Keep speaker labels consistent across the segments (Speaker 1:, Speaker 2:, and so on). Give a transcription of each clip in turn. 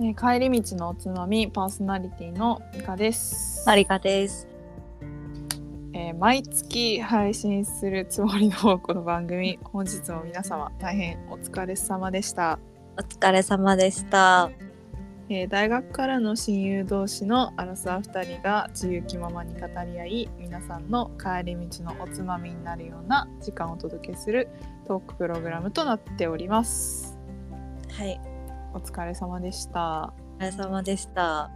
Speaker 1: えー帰り道のおつまみパーソナリティのミカです、
Speaker 2: マリカです。
Speaker 1: えー毎月配信するつもりのこの番組本日も皆様大変お疲れ様でした、
Speaker 2: お疲れ様でした。
Speaker 1: えー大学からの親友同士のアラサー2人が自由気ままに語り合い皆さんの帰り道のおつまみになるような時間をお届けするトークプログラムとなっております
Speaker 2: はい、
Speaker 1: お疲れ様でした
Speaker 2: お疲れ様でした。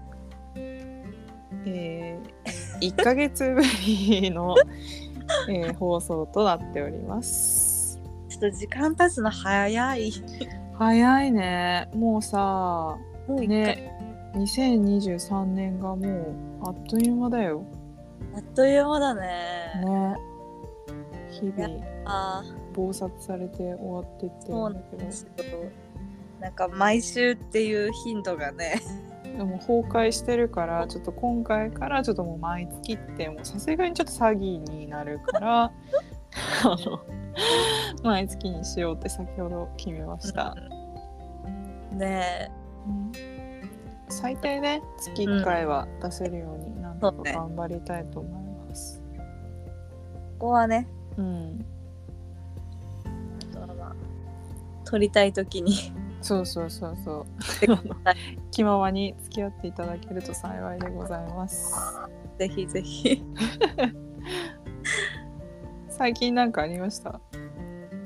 Speaker 1: えー、1ヶ月ぶりの、え ー放送となっております。
Speaker 2: ちょっと時間経つの早い。
Speaker 1: 早いね。もうさ、
Speaker 2: もう一回、
Speaker 1: ね、2023年がもうあっという間だよ。
Speaker 2: あっという間だね。
Speaker 1: ね。日々、
Speaker 2: あ
Speaker 1: 忙殺されて終わってって
Speaker 2: そ
Speaker 1: る
Speaker 2: うん
Speaker 1: だ
Speaker 2: なん
Speaker 1: け
Speaker 2: ですけど、なんか毎週っていう頻度がね、
Speaker 1: ど、でも崩壊してるから、ちょっと今回からちょっともう毎月って、もうさすがにちょっと詐欺になる から、あの、毎月にしようって先ほど決めました。
Speaker 2: ね
Speaker 1: 最低ね月1回は出せるようになんとか頑張りたいと思います。
Speaker 2: え、ここはね、
Speaker 1: うん、
Speaker 2: あとはまあ撮りたいときに。
Speaker 1: そうそうそうそう
Speaker 2: ぜひ
Speaker 1: 気ままに付き合っていただけると幸いでございます。
Speaker 2: ぜひぜひ。
Speaker 1: 最近なんかありました？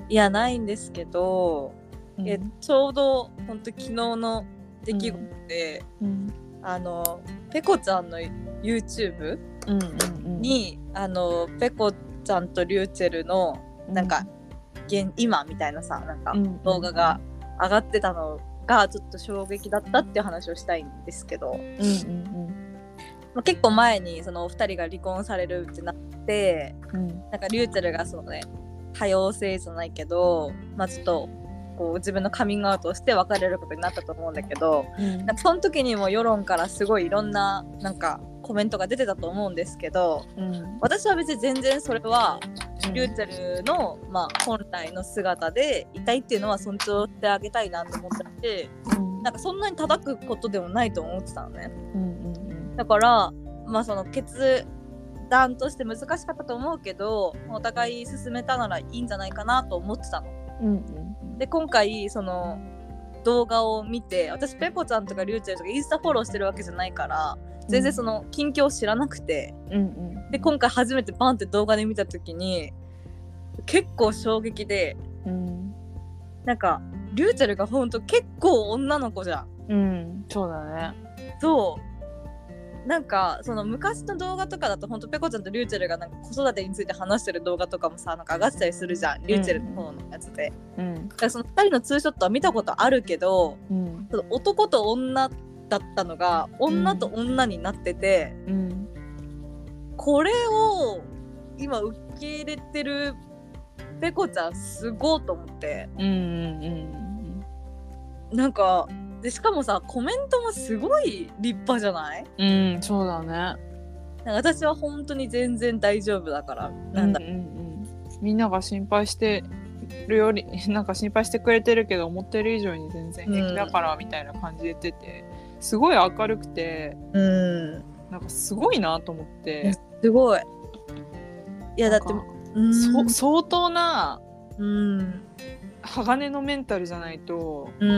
Speaker 2: いや、ないんですけど、
Speaker 1: うん
Speaker 2: いやちょうど本当昨日の出来事で、
Speaker 1: うん
Speaker 2: あのペコちゃんの YouTube
Speaker 1: うんうんうん
Speaker 2: に、あのペコちゃんとリューチェルのなんか、現今みたいなさなんか
Speaker 1: うん
Speaker 2: 動画が上がってたのがちょっと衝撃だったっていう話をしたいんですけど、
Speaker 1: うんうん
Speaker 2: まあ、結構前にそのお二人が離婚されるってなって
Speaker 1: うんうん
Speaker 2: なんかリューチェルがそのね多様性じゃないけど、まあ、ちょっとこう自分のカミングアウトをして別れることになったと思うんだけど、
Speaker 1: うん
Speaker 2: なんかその時にも世論からすごいいろんななんかコメントが出てたと思うんですけど
Speaker 1: うん
Speaker 2: 私は別に全然それはリューチェルの、まあ、本来の姿でいたいっていうのは尊重してあげたいなと思ってて
Speaker 1: うん
Speaker 2: なんかそんなに叩くことでもないと思ってたのね
Speaker 1: うんうん
Speaker 2: だからまあその決断として難しかったと思うけどお互い進めたならいいんじゃないかなと思ってたの。
Speaker 1: うん
Speaker 2: で今回その動画を見て私ペコちゃんとかリュウチェルとかインスタフォローしてるわけじゃないから全然その近況を知らなくて
Speaker 1: うんうん
Speaker 2: で今回初めてバンって動画で見た時に結構衝撃で
Speaker 1: うん
Speaker 2: なんかリュウチェルがほんと結構女の子じゃん。
Speaker 1: うんそうだね。
Speaker 2: そうなんかその昔の動画とかだとほんとペコちゃんとリュウチェルがなんか子育てについて話してる動画とかもさなんか上がってたりするじゃんリュウチェルの方のやつで。
Speaker 1: うん
Speaker 2: だからその2人のツーショットは見たことあるけど
Speaker 1: うん
Speaker 2: その男と女だったのが女と女になってて、
Speaker 1: うん
Speaker 2: これを今受け入れてるペコちゃんすごいと思って
Speaker 1: うんうんうん
Speaker 2: なんかでしかもさコメントもすごい立派じゃない
Speaker 1: うんうんそうだね。
Speaker 2: なんか私は本当に全然大丈夫だからなんだ、
Speaker 1: うんうんうん、みんなが心配してるより なんか心配してくれてるけど思ってる以上に全然平気だからみたいな感じで言ってて、すごい明るくて
Speaker 2: うん、
Speaker 1: なんかすごいなと思って
Speaker 2: すごいいやだ
Speaker 1: な
Speaker 2: っ
Speaker 1: ん
Speaker 2: て
Speaker 1: か
Speaker 2: うん
Speaker 1: そ相当な
Speaker 2: うん
Speaker 1: 鋼のメンタルじゃないと
Speaker 2: うん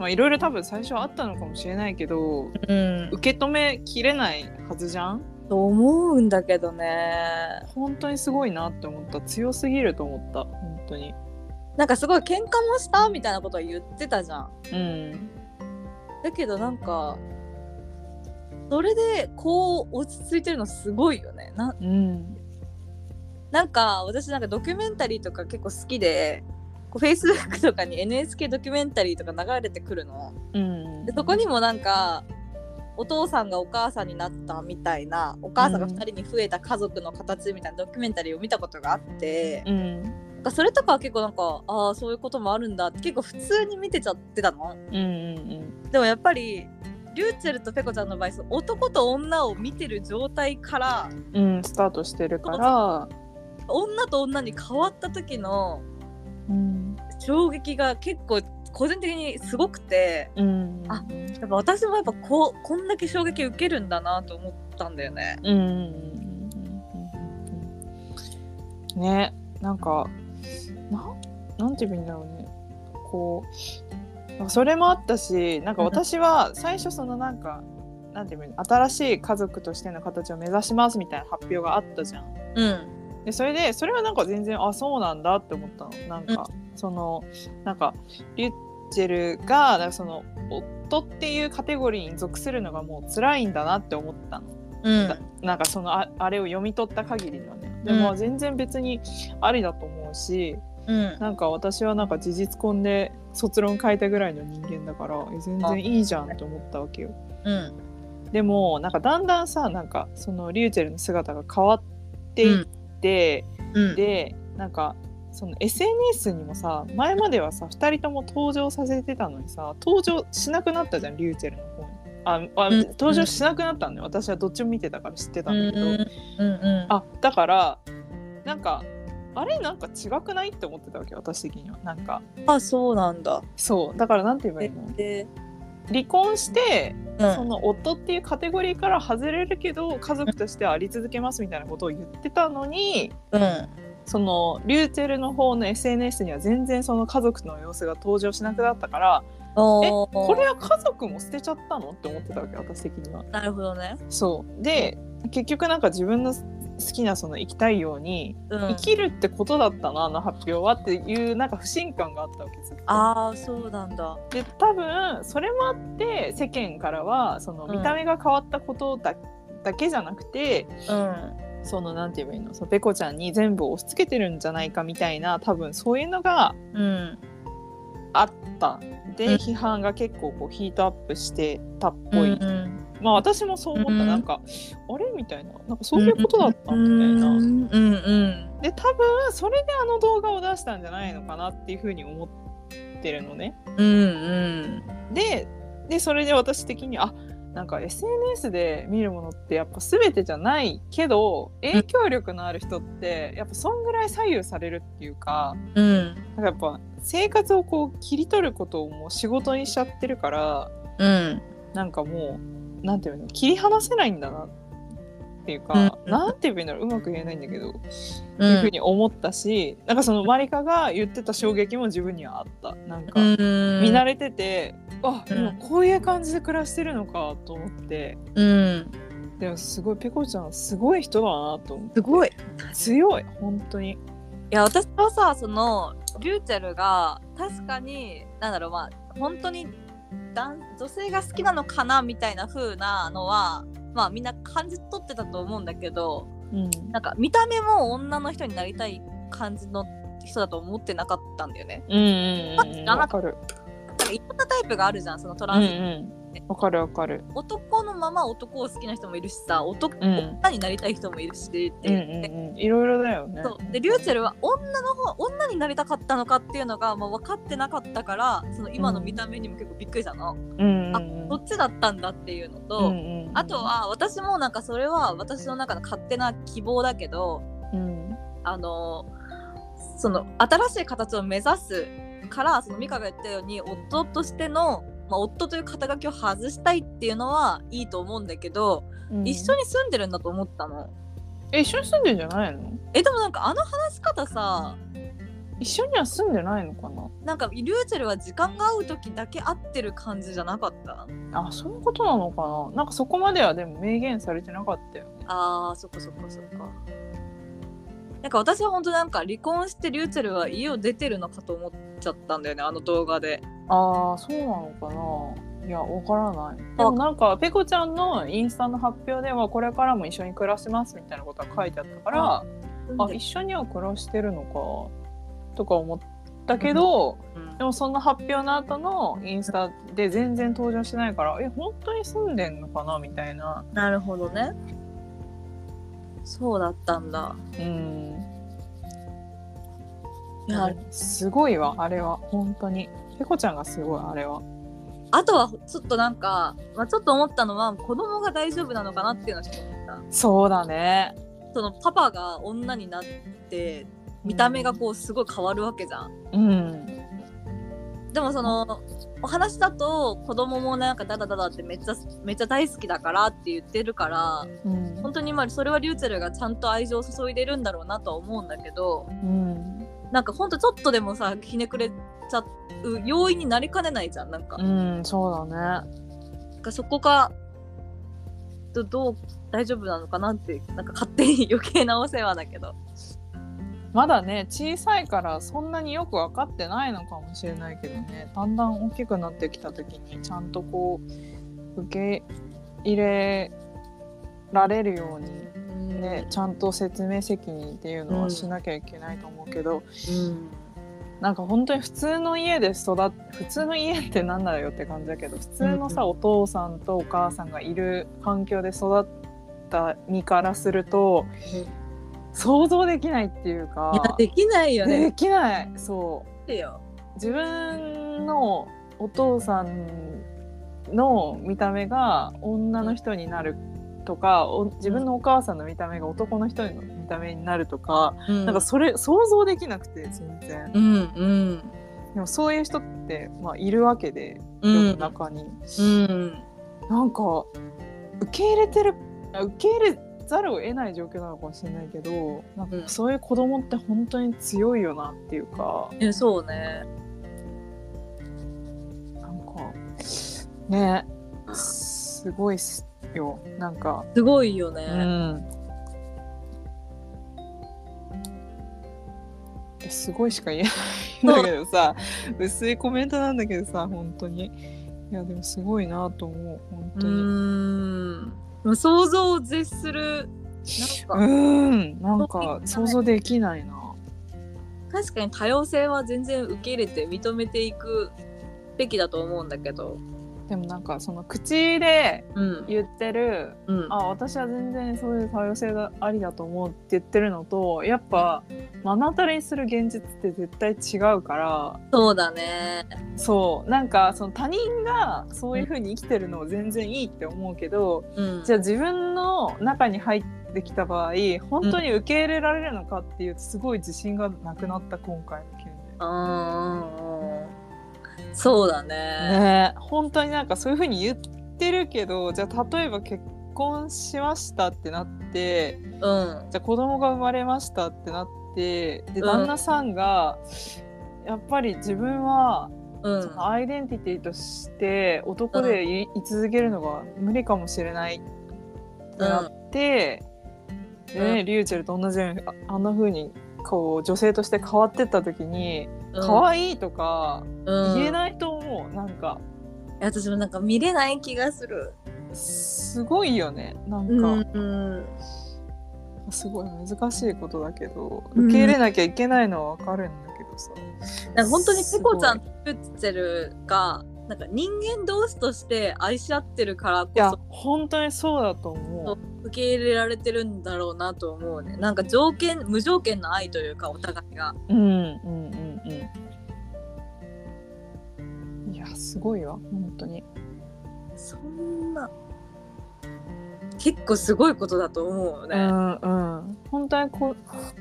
Speaker 1: まあいろいろ多分最初はあったのかもしれないけど
Speaker 2: うん
Speaker 1: 受け止めきれないはずじゃん
Speaker 2: と思うんだけどね
Speaker 1: 本当にすごいなって思った強すぎると思った本当に
Speaker 2: なんかすごい喧嘩もしたみたいなことを言ってたじゃん
Speaker 1: うん
Speaker 2: だけどなんかそれでこう落ち着いてるのすごいよねな
Speaker 1: うん
Speaker 2: なんか私なんかドキュメンタリーとか結構好きでこう Facebook とかに NHK ドキュメンタリーとか流れてくるの
Speaker 1: うん
Speaker 2: でそこにもなんかお父さんがお母さんになったみたいなお母さんが2人に増えた家族の形みたいなドキュメンタリーを見たことがあって、
Speaker 1: うん
Speaker 2: なんかそれとかは結構なんかああそういうこともあるんだって結構普通に見てちゃってたの
Speaker 1: うんうん
Speaker 2: でもやっぱりリューチェルとペコちゃんの場合その男と女を見てる状態から
Speaker 1: うん、スタートしてるから、
Speaker 2: 女と女に変わった時の
Speaker 1: うん、
Speaker 2: 衝撃が結構個人的にすごくて
Speaker 1: うん
Speaker 2: あやっぱ私もやっぱこうこんだけ衝撃受けるんだなと思ったんだよね。
Speaker 1: うんうんうんねなんかなんなんて言えばいいんだろうねこうそれもあったしなんか私は最初そのなんかなんて言えばいいの新しい家族としての形を目指しますみたいな発表があったじゃん。
Speaker 2: うん
Speaker 1: でそれでそれはなんか全然あそうなんだって思ったのなんか、そのなんかリュッチェルがなんかその夫っていうカテゴリーに属するのがもう辛いんだなって思ったの、
Speaker 2: うん
Speaker 1: だなんかそのああれを読み取った限りのねで
Speaker 2: うん
Speaker 1: も全然別にありだと思うし、
Speaker 2: うん
Speaker 1: なんか私はなんか事実婚で卒論書いたぐらいの人間だからえ全然いいじゃんって思ったわけよ
Speaker 2: うん
Speaker 1: でもなんかだんだんさなんかそのリューチェルの姿が変わっていって、
Speaker 2: うん
Speaker 1: でなんかその SNS にもさ前まではさ2人とも登場させてたのにさ登場しなくなったじゃんリューチェルの方に。ああ
Speaker 2: うん
Speaker 1: 登場しなくなったんだよ私はどっちも見てたから知ってた
Speaker 2: うん
Speaker 1: だけど、
Speaker 2: んうん
Speaker 1: あだからなんかあれなんか違くないって思ってたわけ私的にはなんか
Speaker 2: あそうなんだ。
Speaker 1: そうだからなんて言えばいいの
Speaker 2: で、
Speaker 1: 離婚して、
Speaker 2: うん、
Speaker 1: その夫っていうカテゴリーから外れるけど家族としてはあり続けますみたいなことを言ってたのに
Speaker 2: うん
Speaker 1: そのリューチェルの方の SNS には全然その家族の様子が登場しなくなったから
Speaker 2: おー
Speaker 1: これは家族も捨てちゃったのって思ってたわけ私的には。
Speaker 2: なるほどね。
Speaker 1: そうで結局なんか自分の好きなその生きたいように
Speaker 2: うん、
Speaker 1: 生きるってことだったなあの発表はっていうなんか不信感があったわけです
Speaker 2: ああそうなんだ。
Speaker 1: で多分それもあって世間からはその
Speaker 2: うん
Speaker 1: 見た目が変わったことだ,、だけじゃなくて
Speaker 2: うん
Speaker 1: そのなんて言えばいいのそのペコちゃんに全部押し付けてるんじゃないかみたいな多分そういうのが
Speaker 2: うん
Speaker 1: あった
Speaker 2: うん
Speaker 1: で批判が結構こうヒートアップしてたっ
Speaker 2: うん
Speaker 1: ぽ
Speaker 2: う
Speaker 1: い、
Speaker 2: ん
Speaker 1: まあ私もそう思った、
Speaker 2: うん
Speaker 1: なんかあれみたいななんかそういうことだった
Speaker 2: う
Speaker 1: みたいな、
Speaker 2: んうんうん
Speaker 1: で多分それであの動画を出したんじゃないのかなっていうふうに思ってるのね
Speaker 2: うんうん
Speaker 1: ででそれで私的にあなんか SNS で見るものってやっぱ全てじゃないけど影響力のある人ってやっぱそんぐらい左右されるっていうか
Speaker 2: う
Speaker 1: なん
Speaker 2: ん
Speaker 1: かやっぱ生活をこう切り取ることをもう仕事にしちゃってるから
Speaker 2: うん
Speaker 1: なんかもうなんていうの切り離せないんだなっていうか、
Speaker 2: うん
Speaker 1: なんて言えばいいんだろううまく言えないんだけど、い
Speaker 2: う
Speaker 1: うふうんに思ったしなんかそのマリカが言ってた衝撃も自分にはあったなんか、
Speaker 2: うん
Speaker 1: 見慣れててあ
Speaker 2: うん
Speaker 1: 今こういう感じで暮らしてるのかと思って
Speaker 2: うん
Speaker 1: でもすごいペコちゃんすごい人だなと思って
Speaker 2: すごい。い
Speaker 1: 強い本当に
Speaker 2: や私はさそのリューチェルが確かになんだろうまあ本当に男女性が好きなのかなみたいな風なのはまあみんな感じ取ってたと思うんだけど。
Speaker 1: うん
Speaker 2: なんか見た目も女の人になりたい感じの人だと思ってなかったんだよね。
Speaker 1: うんうんうんうんわかる
Speaker 2: なんかいろんなタイプがあるじゃん、そのト
Speaker 1: うん
Speaker 2: ランス、
Speaker 1: うんわかるわかる
Speaker 2: 男のまま男を好きな人もいるしさ、男、
Speaker 1: うん
Speaker 2: 女になりたい人もいるしって
Speaker 1: うん
Speaker 2: 言って。
Speaker 1: うんうんいろいろだよね
Speaker 2: そうでリューチェルは女の方女になりたかったのかっていうのが、まあ、分かってなかったからその今の見た目にも結構びっくりしたの、
Speaker 1: うんうん
Speaker 2: あどっちだったんだっていうの
Speaker 1: う
Speaker 2: と、
Speaker 1: んうん
Speaker 2: あとは私もなんかそれは私の中の勝手な希望だけど、
Speaker 1: うん
Speaker 2: あのその新しい形を目指すからその美香が言ったように夫としての、まあ、夫という肩書きを外したいっていうのはいいと思うんだけど、
Speaker 1: うん
Speaker 2: 一緒に住んでるんだと思ったの。
Speaker 1: え一緒に住んでんじゃないの
Speaker 2: えでもなんかあの話し方さ
Speaker 1: 一緒には住んでないのかな
Speaker 2: なんかリューチェルは時間が合う時だけ会ってる感じじゃなかった
Speaker 1: あそういうことなのかななんかそこまではでも明言されてなかったよ
Speaker 2: あーそっかそっかそっか。なんか私は本当なんか離婚してリューチェルは家を出てるのかと思っちゃったんだよねあの動画で。
Speaker 1: ああそうなのかないやわからないでもなんかペコちゃんのインスタの発表ではこれからも一緒に暮らしますみたいなことが書いてあったからあ一緒には暮らしてるのかとか思ったけど、
Speaker 2: うん
Speaker 1: でもその発表の後のインスタで全然登場しないからえ本当に住んでんのかなみたいな
Speaker 2: なるほどね。そうだったんだ。
Speaker 1: うん
Speaker 2: いや
Speaker 1: すごいわあれは本当にペコちゃんがすごいあれは
Speaker 2: あとはちょっとなんか、まあ、ちょっと思ったのは子供が大丈夫なのかなっていうのはちょっと思っ
Speaker 1: そうだね
Speaker 2: た。そのパパが女になって見た目がこうすごい変わるわけじゃん。
Speaker 1: うん
Speaker 2: でもそのお話だと子供もなんかダダダダってめっちゃめっちゃ大好きだからって言ってるから
Speaker 1: うん
Speaker 2: 本当にまあそれはリューチェルがちゃんと愛情を注いでるんだろうなとは思うんだけど
Speaker 1: うん
Speaker 2: なんかほんとちょっとでもさひねくれちゃう要因になりかねないじゃんなんか,、
Speaker 1: うんそうだね
Speaker 2: そこがどどう大丈夫なのかなってなんか勝手に余計なお世話だけど
Speaker 1: まだね小さいからそんなによく分かってないのかもしれないけどねだんだん大きくなってきた時にちゃんとこう受け入れられるようにね、ちゃんと説明責任っていうのはしなきゃいけないと思うけど、
Speaker 2: うん
Speaker 1: なんか本当に普通の家で育っ普通の家ってなんだよって感じだけど普通のさ、
Speaker 2: うん
Speaker 1: お父さんとお母さんがいる環境で育った身からすると、想像できないっていう
Speaker 2: いや
Speaker 1: か
Speaker 2: できないよ
Speaker 1: で
Speaker 2: ね。
Speaker 1: きないそう
Speaker 2: できよ
Speaker 1: 自分のお父さんの見た目が女の人になるとかお自分のお母さんの見た目が男の人の見た目になるとか、
Speaker 2: うん
Speaker 1: なんかそれ想像できなくて全然
Speaker 2: うんうん
Speaker 1: でもそういう人って、まあ、いるわけで
Speaker 2: う
Speaker 1: 世
Speaker 2: ん
Speaker 1: の中に、
Speaker 2: うん
Speaker 1: なんか受け入れてるあ受け入れざるを得ない状況なのかもしれないけどなんか
Speaker 2: うん
Speaker 1: そういう子供って本当に強いよなっていうか
Speaker 2: えそうね
Speaker 1: なんかねすごいっすよなんか
Speaker 2: すごいよ
Speaker 1: う
Speaker 2: ね、
Speaker 1: んえすごいしか言えないんだけどさ薄いコメントなんだけどさ本当にいやでもすごいなと思う本
Speaker 2: う
Speaker 1: 当に。
Speaker 2: ーんでも想像を絶するなん
Speaker 1: う
Speaker 2: か、
Speaker 1: ん、なんか想像できないな。
Speaker 2: 確かに多様性は全然受け入れて認めていくべきだと思うんだけど
Speaker 1: でもなんかその口で
Speaker 2: うん
Speaker 1: 言ってる、
Speaker 2: うん
Speaker 1: あ、私は全然そういう多様性がありだと思うって言ってるのと、やっぱ目の当たりにする現実って絶対違うから、
Speaker 2: そうだね
Speaker 1: そう、なんかその他人がそういう風に生きてるのを全然いいって思うけど、
Speaker 2: うん
Speaker 1: じゃあ自分の中に入ってきた場合、本当に受け入れられるのかっていうすごい自信がなくなった今回の件で。
Speaker 2: うんうんうんそうだね
Speaker 1: ねえ本当になんかそういうふうに言ってるけどじゃあ例えば結婚しましたってなって
Speaker 2: うん
Speaker 1: じゃあ子供が生まれましたってなってで
Speaker 2: ん
Speaker 1: 旦那さんが、やっぱり自分は
Speaker 2: うん
Speaker 1: そのアイデンティティとして男でい,、居続けるのが無理かもしれないってなって、でね
Speaker 2: う
Speaker 1: リューチェルと同じようにああんなふうにこう女性として変わってった時に
Speaker 2: うん
Speaker 1: 可愛いとか
Speaker 2: うん
Speaker 1: 言え
Speaker 2: い
Speaker 1: ないと思う、なんか。
Speaker 2: や私もなんか見れない気がする
Speaker 1: すごいよねなん
Speaker 2: う
Speaker 1: か、
Speaker 2: んうん
Speaker 1: すごい難しいことだけど
Speaker 2: うん
Speaker 1: 受け入れなきゃいけないのは分かるんだけどさ、
Speaker 2: なんか本当にペコちゃん
Speaker 1: す
Speaker 2: とプッツェルがなんか人間同士として愛し合ってるからこ
Speaker 1: いや
Speaker 2: そ
Speaker 1: 本当にそうだと思う
Speaker 2: 受け入れられてるんだろうなと思うねなんか条件無条件の愛というかお互いが
Speaker 1: うんうんうんうんいやすごいわ本当に
Speaker 2: そんな結構すごいことだと思うよ
Speaker 1: う
Speaker 2: ね、
Speaker 1: んうん本当にこ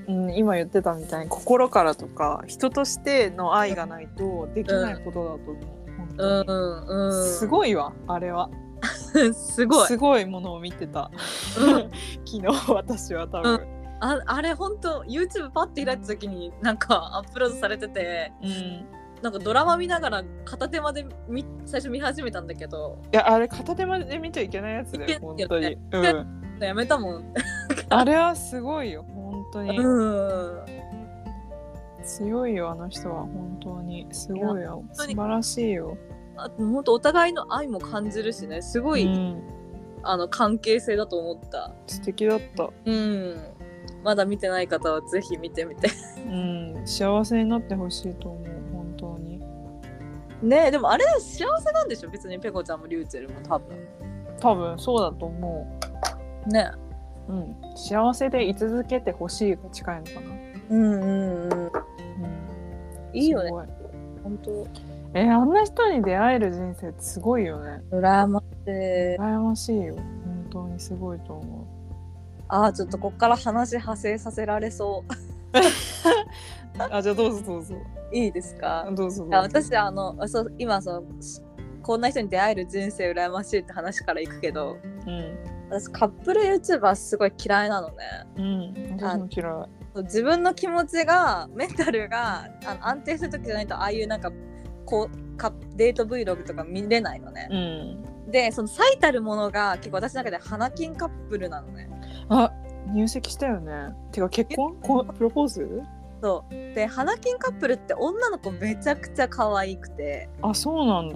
Speaker 1: う、うん、今言ってたみたいに心からとか人としての愛がないとできないことだと思う、本
Speaker 2: うん、
Speaker 1: 当に
Speaker 2: うんうん
Speaker 1: すごいわあれは
Speaker 2: い すごい
Speaker 1: すごいものを見てた
Speaker 2: うん
Speaker 1: 昨日私は多分、
Speaker 2: ああれ本当 YouTube パッて開いた時になんかア ップロードされてて
Speaker 1: うん、い
Speaker 2: なんかドラマ見ながら片手まで見最初見始めたんだけど
Speaker 1: やあれ片手まで見ちゃいけないやつだよ本当に、うん、
Speaker 2: やめたもん
Speaker 1: あれはすごいよ本当に
Speaker 2: うん
Speaker 1: 強いよあの人は本当にすごいよ素
Speaker 2: 当に
Speaker 1: 晴らしいよ
Speaker 2: あと本当お互いの愛も感じるしねすごい、
Speaker 1: うん、
Speaker 2: あの関係性だと思った
Speaker 1: 素敵だった、
Speaker 2: うんまだ見てない方はぜひ見てみて
Speaker 1: うん、幸せになってほしいと思う本当に
Speaker 2: ねえでもあれ幸せなんでしょ別にペコちゃんもリュウチェルも多分
Speaker 1: 多分そうだと思
Speaker 2: ね
Speaker 1: う、うん、幸せで居続けてほしいが近いのかな、
Speaker 2: うんうんうん
Speaker 1: うん、
Speaker 2: いいよね
Speaker 1: すご
Speaker 2: 本当
Speaker 1: えあんな人に出会える人生ってすごいよね
Speaker 2: 羨ましい
Speaker 1: 羨ましいよ本当にすごいと思う
Speaker 2: あーちょっとこっから話派生させられそう
Speaker 1: あじゃあどうぞどうぞ
Speaker 2: いいですか
Speaker 1: どうぞどうぞ
Speaker 2: いや私あのそう今そうこんな人に出会える人生羨ましいって話からいくけど
Speaker 1: うん
Speaker 2: 私カップル YouTuber すごい嫌いなのね
Speaker 1: うん私も嫌い
Speaker 2: そう自分の気持ちがメンタルがあの安定する時じゃないとああいうなんかこうカップデート Vlog とか見れないのね
Speaker 1: うん
Speaker 2: でその最たるものが結構私の中で花金カップルなのね
Speaker 1: あ入籍したよねてか結婚こプロポーズ
Speaker 2: そうで花金カップルって女の子めちゃくちゃ可愛くて
Speaker 1: あそうなんだ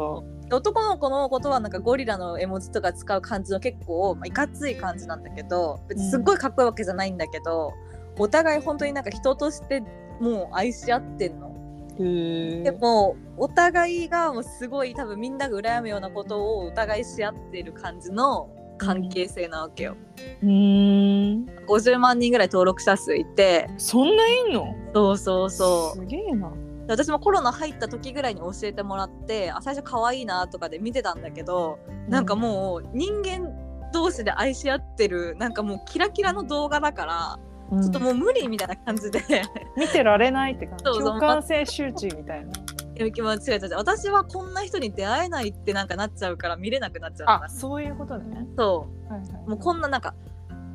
Speaker 2: 男の子のことはなんかゴリラの絵文字とか使う感じの結構、まあ、いかつい感じなんだけど別にすっごいかっこいいわけじゃないんだけど、お互い本当になんか人としてもう愛し合ってんの。
Speaker 1: へ
Speaker 2: で
Speaker 1: え
Speaker 2: もお互いがもうすごい多分みんなが羨むようなことをお互いし合ってる感じの関係性なわけよ。
Speaker 1: うーん
Speaker 2: 50万人ぐらい登録者数いて
Speaker 1: そんないんの
Speaker 2: そうそうそう。
Speaker 1: すげえな
Speaker 2: で私もコロナ入った時ぐらいに教えてもらってあ最初可愛いなとかで見てたんだけどなんかもう人間同士で愛し合ってるなんかもうキラキラの動画だから、
Speaker 1: うん
Speaker 2: ちょっともう無理みたいな感じで
Speaker 1: 見てられないって感じ
Speaker 2: そうそう
Speaker 1: 共感性周知みたいな
Speaker 2: いう気持ちが違う違う私はこんな人に出会えないってなんかなっちゃうから見れなくなっちゃうか
Speaker 1: あ
Speaker 2: ら
Speaker 1: そういうことね
Speaker 2: そ
Speaker 1: はいはいう
Speaker 2: もうこんななんか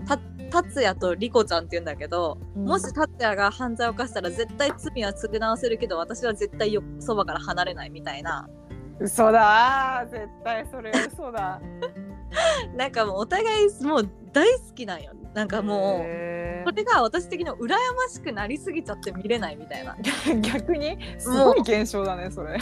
Speaker 2: た達也とリコちゃんって言うんだけど、
Speaker 1: うん
Speaker 2: もし達也が犯罪を犯したら絶対罪は償わせるけど私は絶対よそばから離れないみたいな
Speaker 1: 嘘だあー絶対それ嘘だ
Speaker 2: なんかもうお互いもう大好きなんよなんかもう
Speaker 1: へ
Speaker 2: それが私的には羨ましくなりすぎちゃって見れないみたいな
Speaker 1: ー逆にすごい現象だねそれ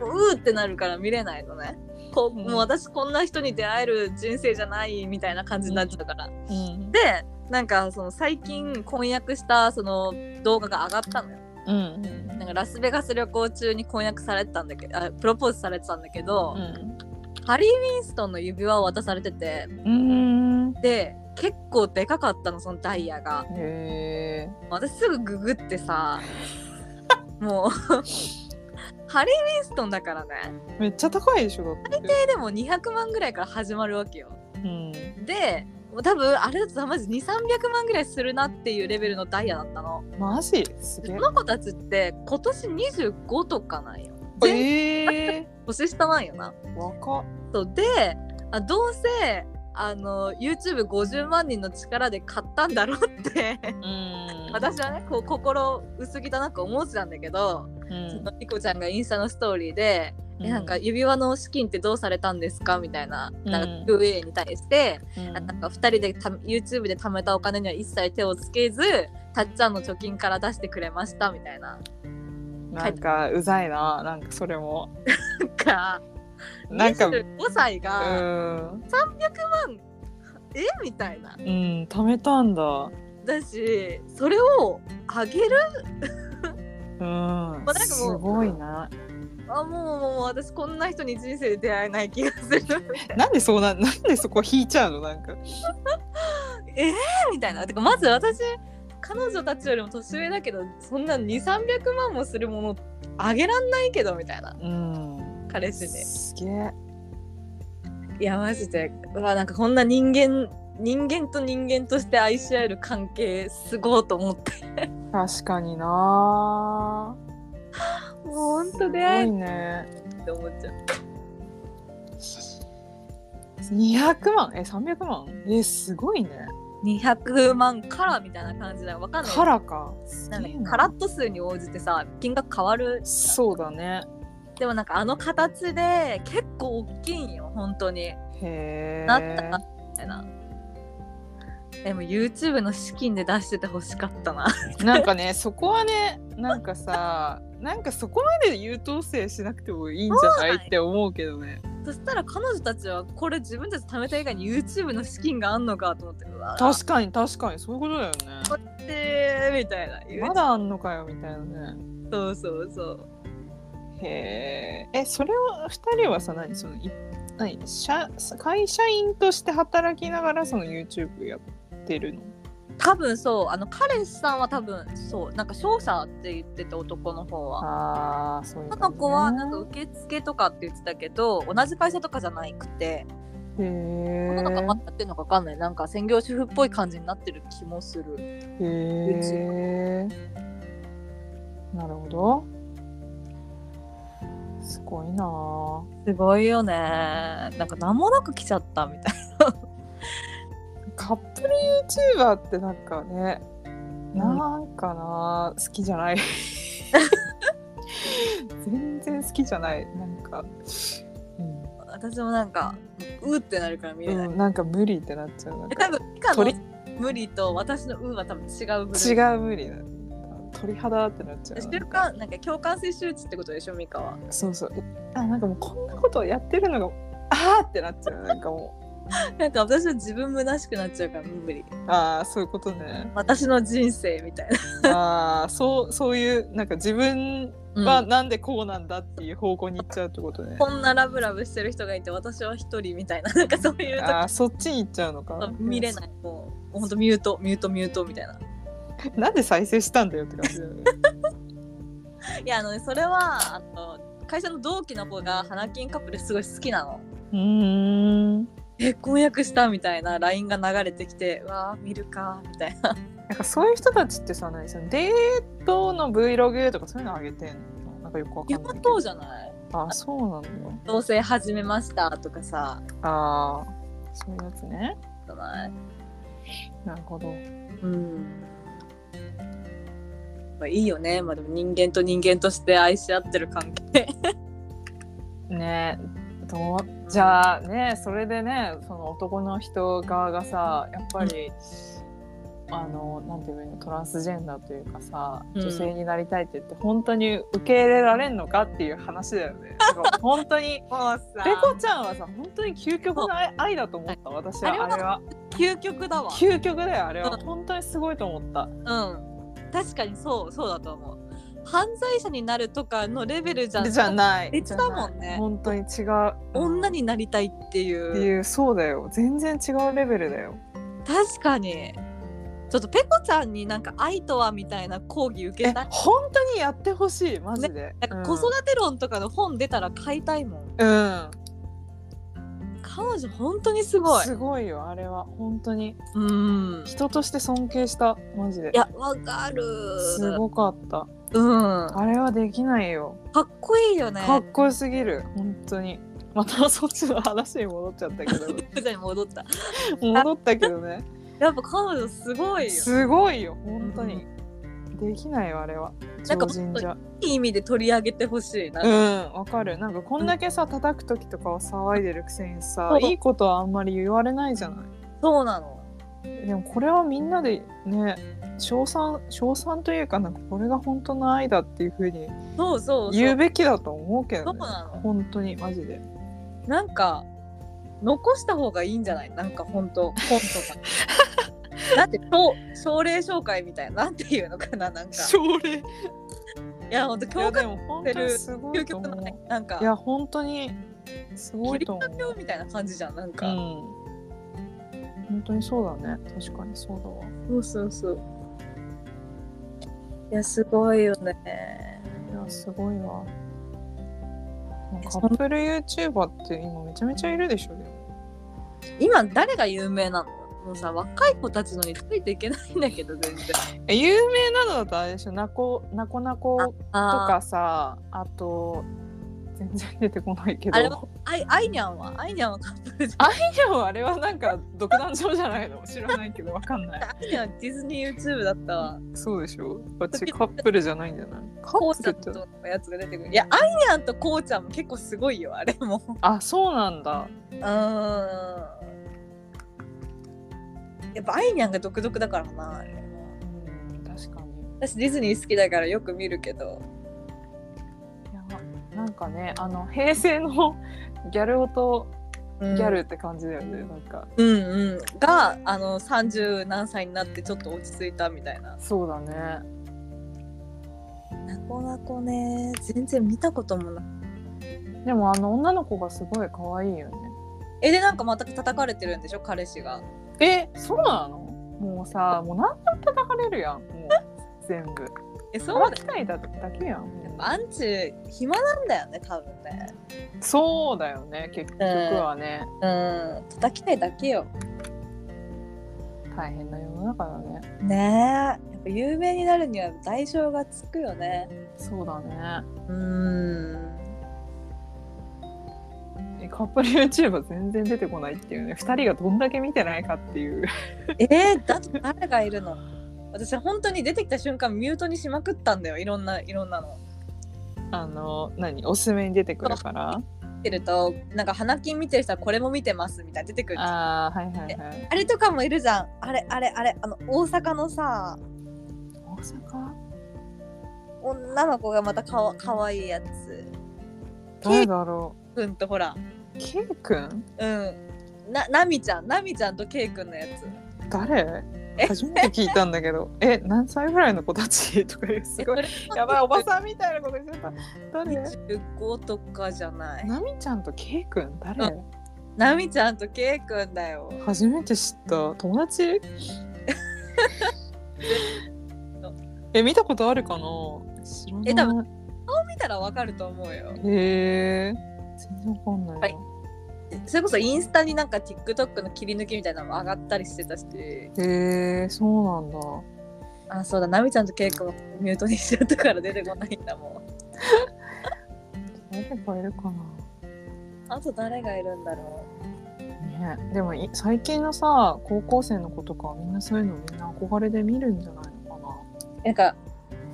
Speaker 2: もううーってなるから見れないのねこう
Speaker 1: うん
Speaker 2: もう私こんな人に出会える人生じゃないみたいな感じになっちゃうから
Speaker 1: うん
Speaker 2: でなんかその最近婚約したその動画が上がったのよ
Speaker 1: うん
Speaker 2: なんかラスベガス旅行中に婚約されてたんだけどあプロポーズされてたんだけど、ハリー・ウィンストンの指輪を渡されてて
Speaker 1: うんうん
Speaker 2: で結構でかかったのそのダイヤが
Speaker 1: へえ
Speaker 2: 私すぐググってさもうハリー・ウィンストンだからね
Speaker 1: めっちゃ高いでしょだって
Speaker 2: ででも200万ぐらいから始まるわけよ
Speaker 1: うん
Speaker 2: でもう多分あれだとさまず2300万ぐらいするなっていうレベルのダイヤだったの
Speaker 1: マジす
Speaker 2: で
Speaker 1: げ
Speaker 2: その子たちって今年25とかなんよ
Speaker 1: えええ
Speaker 2: 年下なんよな
Speaker 1: ー、若っ
Speaker 2: そうであどうせあの YouTube50 万人の力で買ったんだろうって
Speaker 1: うん
Speaker 2: 私はねこう心薄汚く思ってたんだけど
Speaker 1: うん
Speaker 2: リコちゃんがインスタのストーリーで、えなんか指輪の資金ってどうされたんですかみたいな
Speaker 1: うん
Speaker 2: なんか QA に対して、
Speaker 1: うん
Speaker 2: なんか2人でた YouTube で貯めたお金には一切手をつけずたっちゃんの貯金から出してくれましたみたいな。
Speaker 1: なんかうざいななんかそれも
Speaker 2: なんか
Speaker 1: なんか
Speaker 2: 25歳
Speaker 1: う
Speaker 2: が、
Speaker 1: ん
Speaker 2: えみたいな。
Speaker 1: うん貯めたんだ
Speaker 2: だしそれをあげる
Speaker 1: うん
Speaker 2: まあなんかもう
Speaker 1: すごいな
Speaker 2: あもうもうもう私こんな人に人生で出会えない気がする
Speaker 1: なんでそうななんでそこ引いちゃうのなんか
Speaker 2: えー、 みたいなてかまず私彼女たちよりも年上だけどそんな2300万もするものあげらんないけどみたいな
Speaker 1: うん
Speaker 2: 彼氏に
Speaker 1: すげえ
Speaker 2: いやマジでうわなんかこんな人間人間と人間として愛し合える関係すごいと思って
Speaker 1: 確かにな
Speaker 2: もうほんと出会え
Speaker 1: すごい
Speaker 2: る
Speaker 1: ね
Speaker 2: って思っちゃう
Speaker 1: 200万え300万えすごいね
Speaker 2: 200万からみたいな感じだよわかんない
Speaker 1: カラかす
Speaker 2: なん
Speaker 1: げ
Speaker 2: だ
Speaker 1: え
Speaker 2: っけ
Speaker 1: な
Speaker 2: カラット数に応じてさ金額変わる
Speaker 1: そうだね
Speaker 2: でもなんかあの形で結構大きいんよ本当に
Speaker 1: へえ
Speaker 2: なったなみたいなでも YouTube の資金で出しててほしかったな
Speaker 1: なんかねそこはねなんかさなんかそこまで優等生しなくてもいいんじゃないって思うけどね
Speaker 2: そしたら彼女たちはこれ自分たち貯めた以外に YouTube の資金があんのかと思ってうわ
Speaker 1: 確かに確かにそういうことだよね
Speaker 2: ってみたいな
Speaker 1: まだあんのかよみたいなね
Speaker 2: そうそうそう
Speaker 1: へええそれを2人はさ何そのい何社会社員として働きながらその YouTube やってるの
Speaker 2: 多分そうあの彼氏さんは多分そうなんか商社って言ってて男の方は
Speaker 1: ああそういう
Speaker 2: 女の子はなんか受付とかって言ってたけど同じ会社とかじゃなくて
Speaker 1: へ
Speaker 2: 世
Speaker 1: え
Speaker 2: の中まだやってるのか分かんないなんか専業主婦っぽい感じになってる気もする
Speaker 1: へえなるほどすごいなあ
Speaker 2: すごいよねなんか何もなく来ちゃったみたい
Speaker 1: カップル YouTuber ってなんかねなんかな好きじゃない全然好きじゃないなんか、うん
Speaker 2: 私もなんかうーってなるから見れない、
Speaker 1: うん、なんか無理ってなっちゃうなん
Speaker 2: え
Speaker 1: か
Speaker 2: 多分理科の
Speaker 1: 鳥
Speaker 2: 無理と私のうーは多分違うぐら
Speaker 1: 違
Speaker 2: い
Speaker 1: う無理だ鳥肌ってなっちゃう
Speaker 2: 習慣なんか共感性周知ってことでしょミカは
Speaker 1: そうそうあなんかもうこんなことやってるのがああってなっちゃうなんかも
Speaker 2: なんか私は自分虚しくなっちゃうから無理
Speaker 1: うああそういうことね
Speaker 2: 私の人生みたい
Speaker 1: ああそうそういうなんか自分
Speaker 2: な、
Speaker 1: はなんでこうなんだっていう方向に行っちゃうってことね、
Speaker 2: こんなラブラブしてる人がいて私は一人みたいななん かそういう
Speaker 1: ああそっちに行っちゃうのか
Speaker 2: 見れないもうほんとミュートミュートミュートみたいな
Speaker 1: なんで再生したんだよって感じだ よね
Speaker 2: いやあのねそれはあの会社の同期の子が花金カップですごい好きなの
Speaker 1: うーん
Speaker 2: え婚約したみたいな LINE が流れてきてうわあ見るかみたいな
Speaker 1: なんかそういう人たちってさ何そのデートの Vlog とかそういうの上げてんのなんかよくわか
Speaker 2: や
Speaker 1: んないけ
Speaker 2: っと
Speaker 1: ど
Speaker 2: うじゃない
Speaker 1: ああそうなんだ
Speaker 2: 同棲始めましたとかさ
Speaker 1: ああそういうやつね
Speaker 2: じゃない
Speaker 1: なるほど
Speaker 2: うんまあいいよねまあでも人間と人間として愛し合ってる関係
Speaker 1: ねどうじゃあねそれでねその男の人側がさやっぱり、あのなんていうのトランスジェンダーというかさ
Speaker 2: うん
Speaker 1: 女性になりたいって言って本当に受け入れられんのかっていう話だよ ね本当に
Speaker 2: もう
Speaker 1: ペコちゃんはさ本当に究極の愛愛だと思った私は
Speaker 2: あれは
Speaker 1: あれは
Speaker 2: 究極だわ
Speaker 1: 究極だよあれは
Speaker 2: うん
Speaker 1: 本当にすごいと思った
Speaker 2: うん確かにそうそうだと思う犯罪者になるとかのレベルじゃん
Speaker 1: じゃない
Speaker 2: 別だもんね
Speaker 1: 本当に違う
Speaker 2: 女になりたいって
Speaker 1: っ
Speaker 2: い
Speaker 1: て
Speaker 2: う
Speaker 1: いうそうだよ全然違うレベルだよ
Speaker 2: 確かにちょっとペコちゃんになんか愛とはみたいな講義受け
Speaker 1: え
Speaker 2: たい
Speaker 1: 本当にやってほしいマジで、
Speaker 2: なんか子育て論とかの本出たら買いたいもん
Speaker 1: うん、うん
Speaker 2: 彼女本当にすごい
Speaker 1: すごいよあれは本当に
Speaker 2: うん
Speaker 1: 人として尊敬したマジで
Speaker 2: いやわかる
Speaker 1: すごかった
Speaker 2: うん
Speaker 1: あれはできないよ
Speaker 2: かっこいいよね
Speaker 1: かっこよすぎる本当にまたそっちの話に戻っちゃったけ ど
Speaker 2: ペコちゃんに戻った
Speaker 1: 戻ったけどね
Speaker 2: やっぱ彼女すごいよ
Speaker 1: すごいよ本当に、できないよあれは超
Speaker 2: なんか
Speaker 1: 人じゃ
Speaker 2: いい意味で取り上げてほしいな、
Speaker 1: うんわかるなんかこんだけさ叩く時とかは騒いでるくせにさ
Speaker 2: そう
Speaker 1: いいことはあんまり言われないじゃない
Speaker 2: そうなの
Speaker 1: でもこれはみんなでね称賛称賛というかなんかこれが本当の愛だっていうふうに
Speaker 2: そうそうそう
Speaker 1: 言うべきだと思うけど、ね、
Speaker 2: そうなの
Speaker 1: 本当にマジで
Speaker 2: なんか残した方がいいんじゃないなんか本当本 とかなんて奨奨励紹介みたいななんていうのかななんか
Speaker 1: 奨励い
Speaker 2: いや本当
Speaker 1: や
Speaker 2: 教科
Speaker 1: でも本当にすご
Speaker 2: 究
Speaker 1: いと
Speaker 2: 極
Speaker 1: 思
Speaker 2: のね
Speaker 1: う
Speaker 2: なんか
Speaker 1: いや本当にすご
Speaker 2: キ
Speaker 1: い
Speaker 2: リ
Speaker 1: と
Speaker 2: ス
Speaker 1: 思
Speaker 2: ト教
Speaker 1: う
Speaker 2: みたいな感じじゃんな
Speaker 1: う
Speaker 2: ん
Speaker 1: ん
Speaker 2: か、
Speaker 1: 本当にそうだね確かにそうだわ
Speaker 2: そうそうそういやすごいよね
Speaker 1: いやすごいわカップル YouTuber って今めちゃめちゃいるでしょでも
Speaker 2: 今誰が有名なのもうさ若い子たちのについていけないんだけど 全然
Speaker 1: え有名なのだとあれでしょなこなこなこと
Speaker 2: あ
Speaker 1: かさあと全然出てこないけど
Speaker 2: あれはあいあいにゃんはあいにゃんはカップルじゃん
Speaker 1: でもあれはなんか独壇場じゃないの知らないけどわかんない
Speaker 2: あいにゃんディズニー YouTube だったわ
Speaker 1: そうでしょあっちカップルじゃないんじゃないカ
Speaker 2: こう
Speaker 1: ッ
Speaker 2: ち
Speaker 1: プ
Speaker 2: ゃ
Speaker 1: ル
Speaker 2: ん
Speaker 1: って
Speaker 2: とのやつが出てくる。いや、アイアンとこうちゃんも結構すごいよ、あれも。
Speaker 1: あそうなんだ
Speaker 2: うーん。やっぱアイニャンが独特だからな、あれは
Speaker 1: うん確かに
Speaker 2: 私ディズニー好きだからよく見るけど。
Speaker 1: いやなんかねあの平成のギャル男
Speaker 2: ギ
Speaker 1: ギャル。って感じだよね、なんか
Speaker 2: うんうん。が、あの、30何歳になってちょっと落ち着いたみたいな。
Speaker 1: そうだね
Speaker 2: なこなこね、全然見たこともない。
Speaker 1: でもあの女の子がすごい可愛いよね
Speaker 2: え、で、なんかまた叩かれてるんでしょ、彼氏が。
Speaker 1: えそうなのもうさもう何でも叩かれるやんもう全部
Speaker 2: え、そう
Speaker 1: 腹
Speaker 2: だ
Speaker 1: きたいだだけやんもう
Speaker 2: アンチ暇なんだよね多分ね
Speaker 1: そうだよね結局はね、
Speaker 2: うん叩きたいだけよ
Speaker 1: 大変な世の中だね
Speaker 2: ねえやっぱ有名になるには代償がつくよね
Speaker 1: そうだね
Speaker 2: うん
Speaker 1: えカップル YouTuber 全然出てこないっていうね2人がどんだけ見てないかっていう
Speaker 2: えー、だと誰がいるの私本当に出てきた瞬間ミュートにしまくったんだよいろんないろんなの。
Speaker 1: あの何おすすめに出てくるから
Speaker 2: 見てるとなんか花金見てる人はこれも見てますみたいな出てくるあ
Speaker 1: ああはいはいはい
Speaker 2: れとかもいるじゃんあれあれあれあの大阪のさ
Speaker 1: 大阪
Speaker 2: 女の子がまたかわかわいいやつ
Speaker 1: 誰だろ
Speaker 2: くんとほら
Speaker 1: う K 君
Speaker 2: うんななみちゃんなみちゃんとけいくんのやつ
Speaker 1: 誰
Speaker 2: え
Speaker 1: 初めて聞いたんだけど「え何歳ぐらいの子たち?」とかいうすごいやばいおばさんみたいなこと言ってた誰
Speaker 2: 25とかじゃない
Speaker 1: なみちゃんと K 君誰、
Speaker 2: うなみちゃんとけいくんだよ
Speaker 1: 初めて知った友達 え見たことあるかな知らない
Speaker 2: え多分顔見たらわかると思うよ
Speaker 1: へえ全然わかんないな、
Speaker 2: はいそれこそインスタになんか TikTok の切り抜きみたいなのも上がったりしてたし
Speaker 1: へえそうなんだ
Speaker 2: あそうだなみちゃんとけいくんもミュートにしちゃったから出てこないんだもん
Speaker 1: 誰がいるかな
Speaker 2: あと誰がいるんだろ
Speaker 1: ね、でもい最近のさ高校生の子とかはみんなそういうのみんな憧れで見るんじゃないのか
Speaker 2: うなんか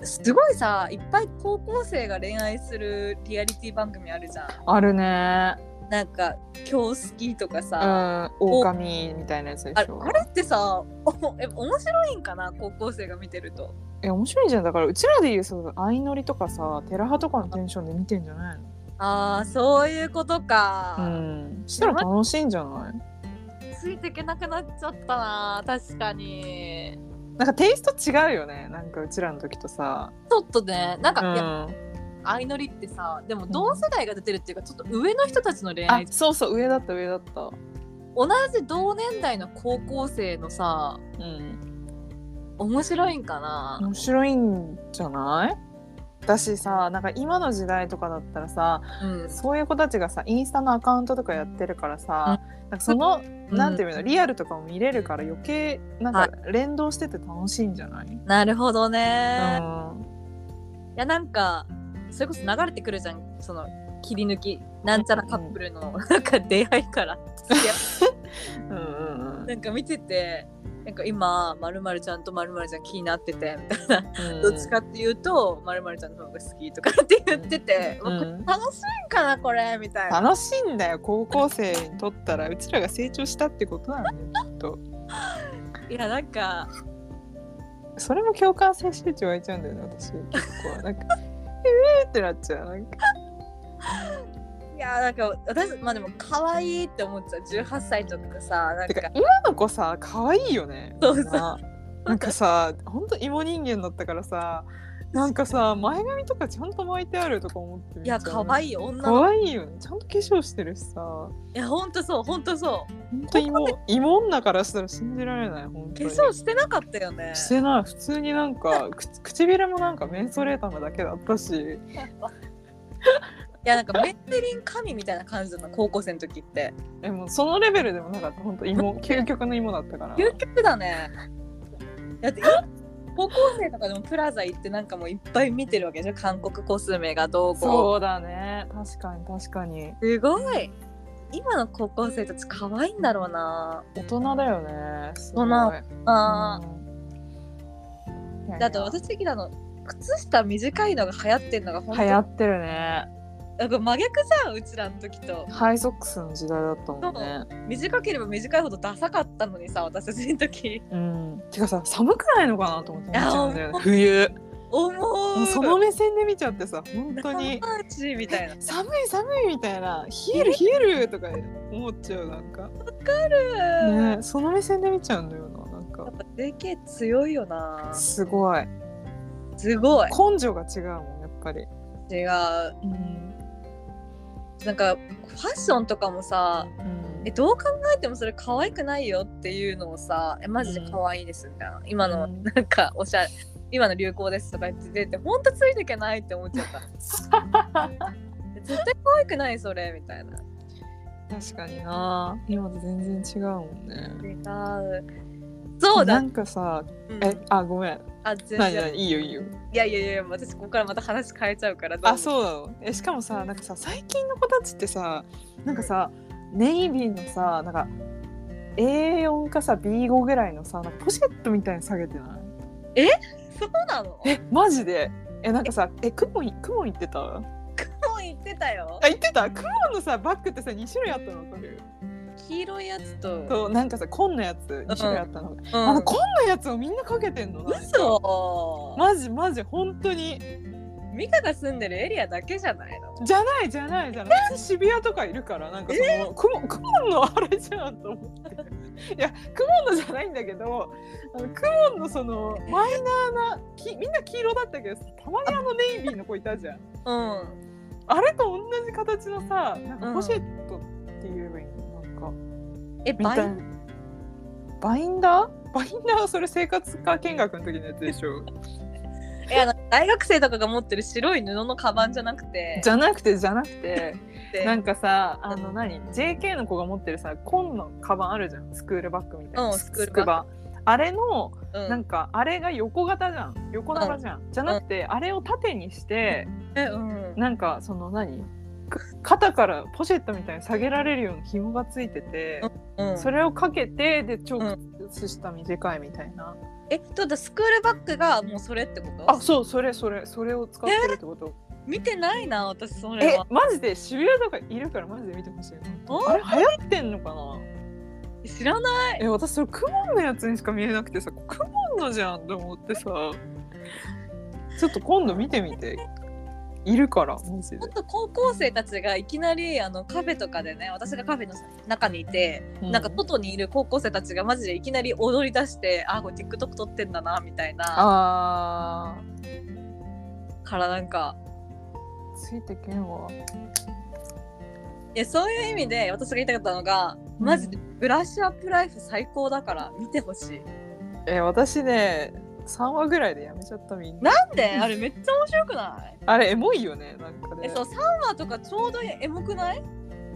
Speaker 2: すごいさいっぱい高校生が恋愛するリアリティ番組あるじゃん
Speaker 1: なあるね
Speaker 2: なんか京スキーとか
Speaker 1: う
Speaker 2: さ、
Speaker 1: ん狼みたいなやつで
Speaker 2: あ
Speaker 1: しょ
Speaker 2: あれってさおえ面白いんかな高校生が見てると
Speaker 1: え面白いじゃんだからうちらで言うそう相乗りとかさテラハとかのテンションで見てんじゃない
Speaker 2: あーそういうことか、
Speaker 1: のうんしたら楽しいんじゃない
Speaker 2: ついていけなくなっちゃったな確かに
Speaker 1: なんかテイスト違うよねなんかうちらの時とさ、
Speaker 2: ちょっとね
Speaker 1: う
Speaker 2: なん
Speaker 1: ん、
Speaker 2: か、いや
Speaker 1: あ
Speaker 2: 相乗りってさでも同世代が出てるっていうかちょっと上の人たちの恋愛
Speaker 1: そうそう上だった上だった
Speaker 2: 同じ同年代の高校生のさ
Speaker 1: うん
Speaker 2: 面白いんかな、
Speaker 1: 面白いんじゃないだしさなんか今の時代とかだったらさ
Speaker 2: うん
Speaker 1: そういう子たちがさインスタのアカウントとかやってるからさ、なんかその、
Speaker 2: うん
Speaker 1: なんていうのリアルとかも見れるから余計なん
Speaker 2: は
Speaker 1: か連動してて楽しいんじゃない、
Speaker 2: なるほどね、
Speaker 1: う
Speaker 2: いやなんかそれこそ流れてくるじゃんその切り抜きなんちゃらカップルのなんか出会いから
Speaker 1: ん、うんうんうん
Speaker 2: なんか見ててなんか今まるまるちゃんとまるまるちゃん気になっててみたいな、
Speaker 1: うん
Speaker 2: どっちかっていうとまるまるちゃんの方が好きとかって言ってて、
Speaker 1: うん
Speaker 2: もうこれ楽しいんかなこれみたいな
Speaker 1: 楽しいんだよ高校生にとったらうちらが成長したってことなんだ よきっと
Speaker 2: いやなんか
Speaker 1: それも共感性周知湧いちゃうんだよね私結構なんか えーってなっちゃうなんか
Speaker 2: いやなんか私まあでも可愛いって思っちゃう18歳とかさなん
Speaker 1: てか
Speaker 2: か
Speaker 1: 今の子さ可愛いよね
Speaker 2: そう
Speaker 1: みんななんかさほんと芋人間だったからさなんかさ前髪とかちゃんと巻いてあるとか思って
Speaker 2: いや可
Speaker 1: い
Speaker 2: 愛い女の
Speaker 1: 可愛いよねちゃんと化粧してるしさほ
Speaker 2: いやほんとそうほんとそうん
Speaker 1: と芋芋女からしたら信じられない本
Speaker 2: 化
Speaker 1: 当に
Speaker 2: 粧してなかったよね
Speaker 1: してない普通になんかく唇もなんかメンソレーターなだけだったし
Speaker 2: いやなんかメンテリン神みたいな感じだな高校生の時って
Speaker 1: えもうそのレベルでもなかった本当 芋究極の芋だったから
Speaker 2: 究極だねだって高校生とかでもプラザ行ってなんかもういっぱい見てるわけでしょ韓国コスメがどうこ
Speaker 1: そうだね確かに確かに
Speaker 2: うすごい今の高校生たち可愛いんだろうな
Speaker 1: 大人だよねすごい
Speaker 2: 大あー、
Speaker 1: うんいやいや
Speaker 2: だと私的なの靴下短いのが流行ってんのが本当
Speaker 1: 流行ってるね
Speaker 2: なんか真逆じゃんうちらの時と
Speaker 1: ハイソックスの時代だったもんね
Speaker 2: 短ければ短いほどダサかったのにさ私たちの 時
Speaker 1: うんてかさ寒くないのかなと思って見ちゃうんだよ
Speaker 2: いや
Speaker 1: ね冬
Speaker 2: 思
Speaker 1: も
Speaker 2: う
Speaker 1: うその目線で見ちゃってさ本当に
Speaker 2: 仲間内みたいな
Speaker 1: 寒い寒いみたいな冷える冷えるとか思っちゃうなんか
Speaker 2: ね
Speaker 1: ねその目線で見ちゃうんだよななんか
Speaker 2: やっぱ JK 強いよな
Speaker 1: すごい
Speaker 2: すごい
Speaker 1: 根性が違うもんやっぱり、
Speaker 2: 違うなんかファッションとかもさえどう考えてもそれ可愛くないよっていうのをさえマジで可愛いですみたいな今の
Speaker 1: うん
Speaker 2: なんかおしゃ今の流行ですとか言って出てほんとついていけないって思っちゃった 絶対可愛くないそれみたいな
Speaker 1: 確かにな今と全然違うもんね
Speaker 2: 違うそうだ、
Speaker 1: な
Speaker 2: うん
Speaker 1: かさ
Speaker 2: ん
Speaker 1: えあごめん
Speaker 2: あ全
Speaker 1: 何
Speaker 2: 然
Speaker 1: 何いいよいいよ
Speaker 2: いやいやいや私ここからまた話変えちゃうから
Speaker 1: あそうなのえしかもさなんかさ最近の子たちってさなんかさネイビーのさなんか A4 かさ B5 ぐらいのさなんかポシェットみたいに下げてない
Speaker 2: そうなの
Speaker 1: えマジでえなんかさえクモンクモン言ってたあ
Speaker 2: もう言ってたよ
Speaker 1: 言ってたクモンのさバッグってさ2種類あったのわかる
Speaker 2: 黄色いやつと、うん、
Speaker 1: そうなんかさ紺のやつ2種類あったの、あの
Speaker 2: あ
Speaker 1: 紺のやつをみんなかけてんのなんか
Speaker 2: 嘘、
Speaker 1: マジマジ本当に
Speaker 2: ミカが住んでるエリアだけじゃないの
Speaker 1: じゃないじゃないじゃない。私渋谷とかいるからなんかそのクモクモンのあれじゃんと思って。いやクモンのじゃないんだけど、あのクモンのそのマイナーなきみんな黄色だったけどたまにあのネイビーの子いたじゃん。
Speaker 2: うん
Speaker 1: あれと同じ形のさなんかポシェットって言えばいいのなんか
Speaker 2: え
Speaker 1: み
Speaker 2: バイ
Speaker 1: たいなバインダー？バインダーはそれ生活科見学の時のやつでしょ。
Speaker 2: えあの大学生とかが持ってる白い布のカバンじゃなくて
Speaker 1: じゃなくてじゃなく て。
Speaker 2: で
Speaker 1: なんかさあの何 JK の子が持ってるさ紺のカバンあるじゃんスクールバッグみたいな、
Speaker 2: うんスクールバッグ
Speaker 1: バンあれの、
Speaker 2: うん
Speaker 1: なんかあれが横型じゃん横長じゃん、じゃなくて、あれを縦にして、
Speaker 2: えうん
Speaker 1: なんかその何く肩からポシェットみたいに下げられるような紐がついてて、
Speaker 2: うん、
Speaker 1: それをかけてで超
Speaker 2: うん
Speaker 1: 靴下短いみたいな、
Speaker 2: えちょっとスクールバッグがもうそれってこと
Speaker 1: あそうそれそれそれを使ってるってこと
Speaker 2: 見てないな私そ
Speaker 1: え
Speaker 2: れは
Speaker 1: マジで渋谷とかいるからマジで見てほしい
Speaker 2: ほん
Speaker 1: あれ流行ってんのかな
Speaker 2: 知らない
Speaker 1: え私それクモンのやつにしか見えなくてさクモンのじゃんと思ってさちょっと今度見てみているからマジで
Speaker 2: ほんと高校生たちがいきなりあのカフェとかでね私がカフェの中にいて、なんか
Speaker 1: う
Speaker 2: 外にいる高校生たちがマジでいきなり踊り出してあこれ TikTok 撮ってんだなみたいな
Speaker 1: あ
Speaker 2: からなんか
Speaker 1: ーついてけんわ
Speaker 2: いやそういう意味で私が言いたかったのがマジでブラッシュアップライフ最高だから見てほしい
Speaker 1: え私ね3話ぐらいでやめちゃったみんな
Speaker 2: なんであれめっちゃ面白くない
Speaker 1: あれエモいよねなんか
Speaker 2: え
Speaker 1: ね
Speaker 2: そう3話とかちょうどエモくない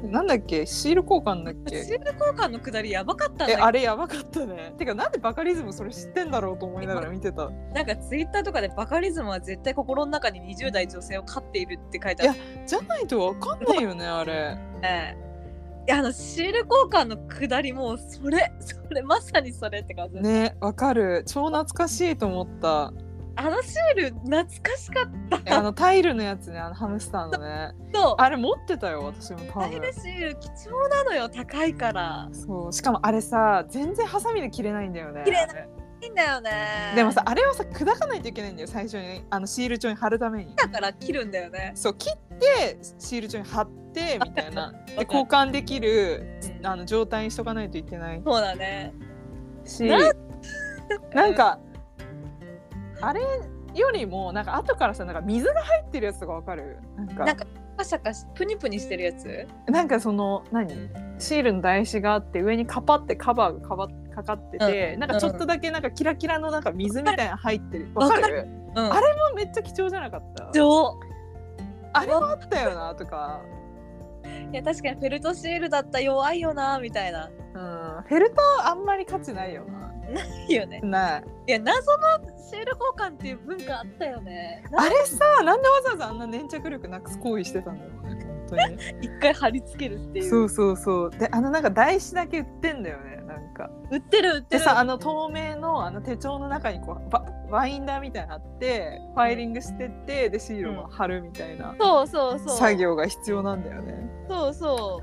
Speaker 1: なんだっけシール交換だっ
Speaker 2: シー
Speaker 1: け
Speaker 2: ル交換のくだりやばかったん
Speaker 1: え
Speaker 2: だ
Speaker 1: あれやばかったねてかなんでバカリズムそれ知ってんだろうと思いながら見てた
Speaker 2: なんかツイッターとかでバカリズムは絶対心の中に20代女性を飼っているって書いてある
Speaker 1: じゃないとわかんないよねあれ
Speaker 2: ええいやあのシール交換のくだりもうそれそれまさにそれって感じ、
Speaker 1: ねわかる超懐かしいと思った
Speaker 2: あのシール懐かしかっ
Speaker 1: あのタイルのやつね、あのハムスターのね。
Speaker 2: た
Speaker 1: あれ持ってたよ、私も多
Speaker 2: タイ
Speaker 1: 分
Speaker 2: ル。シール貴重なのよ高いから
Speaker 1: そう、しかもあれさ、全然ハサミで切れないんだよね。
Speaker 2: 切れないいんだよね
Speaker 1: でもさ、あれをさ、砕かないといけないんだよ、最初に、あのシール帳に貼るために。
Speaker 2: だから切るんだよね
Speaker 1: そう、切って、シール帳に貼ってみたいな。で、
Speaker 2: わかる
Speaker 1: 交換できる、
Speaker 2: うん
Speaker 1: あの状態にしとかないといけない
Speaker 2: そうだね
Speaker 1: し。
Speaker 2: な
Speaker 1: なんか。あれよりも、なんか後からさ、なんか水が入ってるやつとかわかる。なんか。
Speaker 2: なんかパシャカシプニプニしてるやつ
Speaker 1: なんかその何シールの台紙があって上にカパってカバーがかばかかってて、なんかちょっとだけなんかキラキラのなんか水みたいなの入ってるわ
Speaker 2: わ
Speaker 1: か
Speaker 2: か
Speaker 1: る
Speaker 2: るうん
Speaker 1: あれもめっちゃ貴重じゃなかった
Speaker 2: 上
Speaker 1: あれもあったよなとか、
Speaker 2: いや確かにフェルトシールだった弱いよなみたいな
Speaker 1: うん、フェルトあんまり価値ないよ
Speaker 2: いいよね
Speaker 1: なない
Speaker 2: いや謎のシール交換っていう文化あったよね
Speaker 1: あれさなんでわざわざあんな粘着力なくす行為してたんだろうね本当に
Speaker 2: 一回貼り付けるっていう
Speaker 1: そうそうそうであのなんか台紙だけ売ってんだよねなんか
Speaker 2: 売ってる売っ
Speaker 1: で
Speaker 2: てる
Speaker 1: さあの透明のあの手帳の中にこうババインダーみたいなのあってファイリングしてってでシールも貼るみたいな
Speaker 2: そうそうそう
Speaker 1: 作業が必要なんだよね。
Speaker 2: そうそ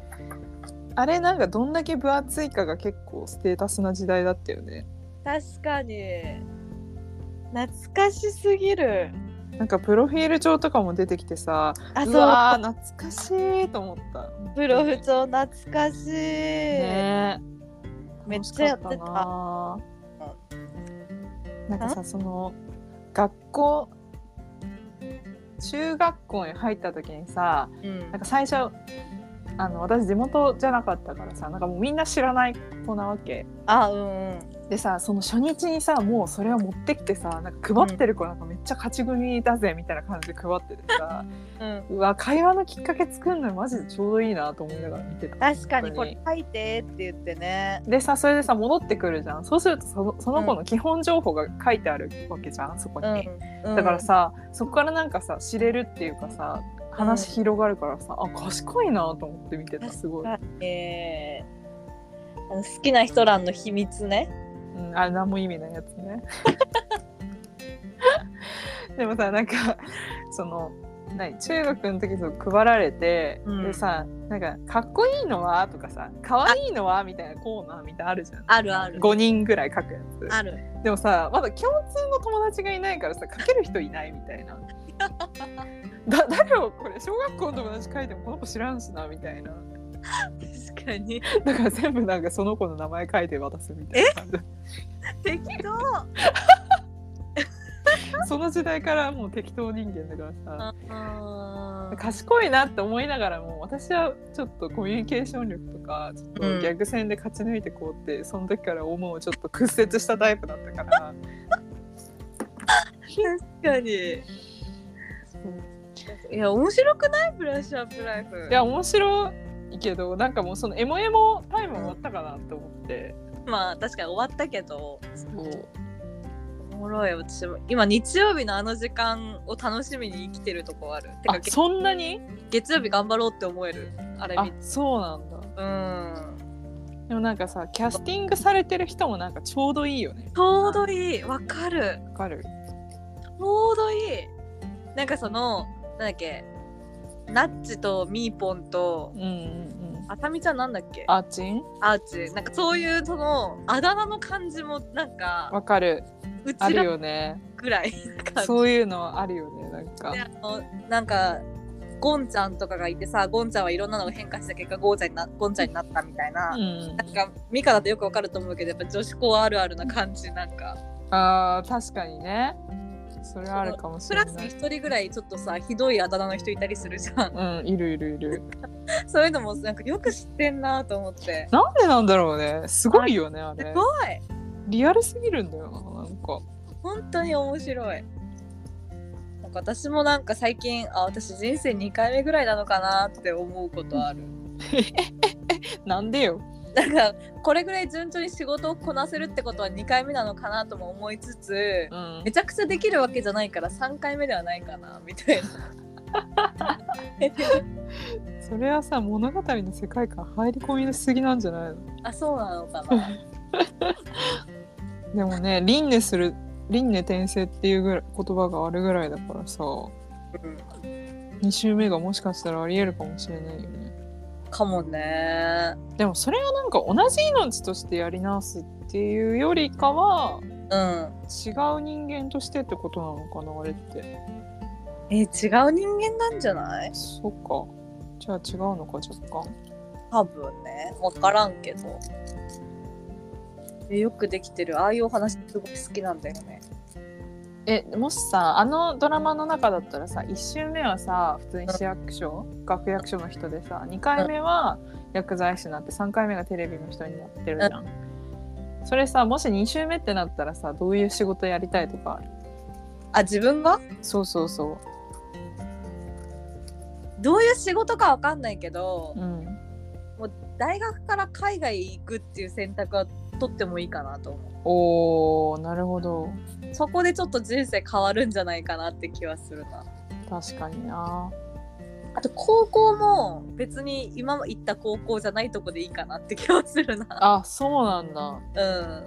Speaker 1: あれなんかどんだけ分厚いかが結構ステータスな時代だったよね。
Speaker 2: う確かに懐かしすぎる
Speaker 1: なんかプロフィール帳とかも出てきてさ
Speaker 2: あ
Speaker 1: う
Speaker 2: そう
Speaker 1: わー懐かしいと思った。
Speaker 2: プロフ帳懐かしい、
Speaker 1: ね
Speaker 2: めっちゃやってた
Speaker 1: 楽しかったななんかさその学校中学校に入った時にさ
Speaker 2: うん
Speaker 1: なんか最初あの私地元じゃなかったからさなんかもうみんな知らない子なわけ
Speaker 2: あうんうん
Speaker 1: でさその初日にさもうそれを持ってきてさなんか配ってる子なんかめっちゃ勝ち組だぜみたいな感じで配っててさ、
Speaker 2: うん、
Speaker 1: うわ会話のきっかけ作るのにマジでちょうどいいなと思いながら見てた
Speaker 2: 確かにこ
Speaker 1: 本当
Speaker 2: れ書いてって言ってね
Speaker 1: でさそれでさ戻ってくるじゃんそうするとそのその子の基本情報が書いてあるわけじゃんそこに、
Speaker 2: うん、
Speaker 1: だからさそこからなんかさ知れるっていうかさ話広がるからさ、あ賢いなと思って見てたすごい、
Speaker 2: えーあの好きな人らの秘密ね
Speaker 1: うん、あれ何も意味ないやつ ねでもさなんかその何中学の時そう配られて、
Speaker 2: うん
Speaker 1: でさなんか「かっこいいのは?」とかさ「かわいいのは?」みたいなコーナーみたいなあるじゃん
Speaker 2: あるある
Speaker 1: 5人ぐらい書くやつ
Speaker 2: ある
Speaker 1: でもさまだ共通の友達がいないからさ書ける人いないみたい な。だ誰をこれ小学校の友達書いてもこの子知らんしなみたいな
Speaker 2: 確かに
Speaker 1: だから全部なんかその子の名前書いて渡すみたいな感じ
Speaker 2: 適当、
Speaker 1: その時代からもう適当人間だから
Speaker 2: うん
Speaker 1: さ賢いなって思いながらも私はちょっとコミュニケーション力とかちょっと
Speaker 2: うん
Speaker 1: ギャグ戦で勝ち抜いてこうってその時から思うちょっと屈折したタイプだったから。
Speaker 2: 確かにいや面白くないブラッシュアップライフ
Speaker 1: いや面白いけどなんかもうそのエモエモタイム終わったかなって思って。
Speaker 2: まあ確かに終わったけど
Speaker 1: そう
Speaker 2: おもろい私も今日曜日のあの時間を楽しみに生きてるとこあるて
Speaker 1: あ
Speaker 2: か
Speaker 1: そんなに
Speaker 2: 月曜日頑張ろうって思えるあれ
Speaker 1: あ
Speaker 2: 見て
Speaker 1: そうなんだ
Speaker 2: うん
Speaker 1: でもなんかさキャスティングされてる人もなんかちょうどいいよね
Speaker 2: ちょうどいいわかる
Speaker 1: わかる
Speaker 2: ちょうどいいなんかそのなんだっけナッチとミーポンと
Speaker 1: うんうんうん
Speaker 2: あさみちゃんなんだっけ
Speaker 1: あーちん
Speaker 2: アーチなんかそういうそのあだ名の感じもなんか
Speaker 1: わかる
Speaker 2: う
Speaker 1: あ
Speaker 2: ち
Speaker 1: る
Speaker 2: ら
Speaker 1: よね
Speaker 2: ぐらい感 じ
Speaker 1: そういうのあるよねなんか
Speaker 2: であのなんかゴンちゃんとかがいてさゴンちゃんはいろんなのが変化した結果ゴンちゃんになゴンちゃんになったみたいな、
Speaker 1: うん
Speaker 2: なんかミカだとよくわかると思うけどやっぱ女子校あるあるな感じなんか
Speaker 1: あー確かにねそれあるかもし
Speaker 2: ク
Speaker 1: れ
Speaker 2: ラス
Speaker 1: な
Speaker 2: に
Speaker 1: い
Speaker 2: 一人ぐらいちょっとさひどいあだ名の人いたりするじゃん
Speaker 1: うんいるいるいる
Speaker 2: そういうのもなんかよく知ってんなと思って
Speaker 1: なんでなんだろうねすごいよねあ
Speaker 2: す
Speaker 1: れ
Speaker 2: ごい
Speaker 1: リアルすぎるんだよななんか
Speaker 2: 本当に面白いなんか私もなんか最近あ私人生2回目ぐらいなのかなって思うことある
Speaker 1: なんでよ
Speaker 2: なんかこれぐらい順調に仕事をこなせるってことは2回目なのかなとも思いつつ
Speaker 1: うん
Speaker 2: めちゃくちゃできるわけじゃないから3回目ではないかなみたいな
Speaker 1: それはさ物語の世界観入り込みすぎなんじゃないの
Speaker 2: あそうなのかな
Speaker 1: でもね輪廻する輪廻転生っていうぐらい言葉があるぐらいだからさ2週目がもしかしたらありえるかもしれないよね
Speaker 2: かもね
Speaker 1: でもそれはなんか同じ命としてやり直すっていうよりかは
Speaker 2: うん
Speaker 1: 違う人間としてってことなのかなあれって
Speaker 2: え違う人間なんじゃない
Speaker 1: そっかじゃあ違うのか若干
Speaker 2: 多分ね分からんけどえよくできてるああいうお話すごく好きなんだよね
Speaker 1: えもしさあのドラマの中だったらさ1週目はさ普通に市役所学役所の人でさ2回目は薬剤師になって3回目がテレビの人になってるじゃん。それさもし2週目ってなったらさどういう仕事やりたいとかある
Speaker 2: あ自分が
Speaker 1: そうそうそ
Speaker 2: どういう仕事か分かんないけど
Speaker 1: う。うん、
Speaker 2: 大学から海外行くっていう選択は取ってもいいかなと思
Speaker 1: おーなるほど
Speaker 2: うそこでちょっと人生変わるんじゃないかなって気はするな
Speaker 1: 確かにな。
Speaker 2: あと高校も別に今行った高校じゃないとこでいいかなって気はするな
Speaker 1: あそうなんだ。
Speaker 2: うん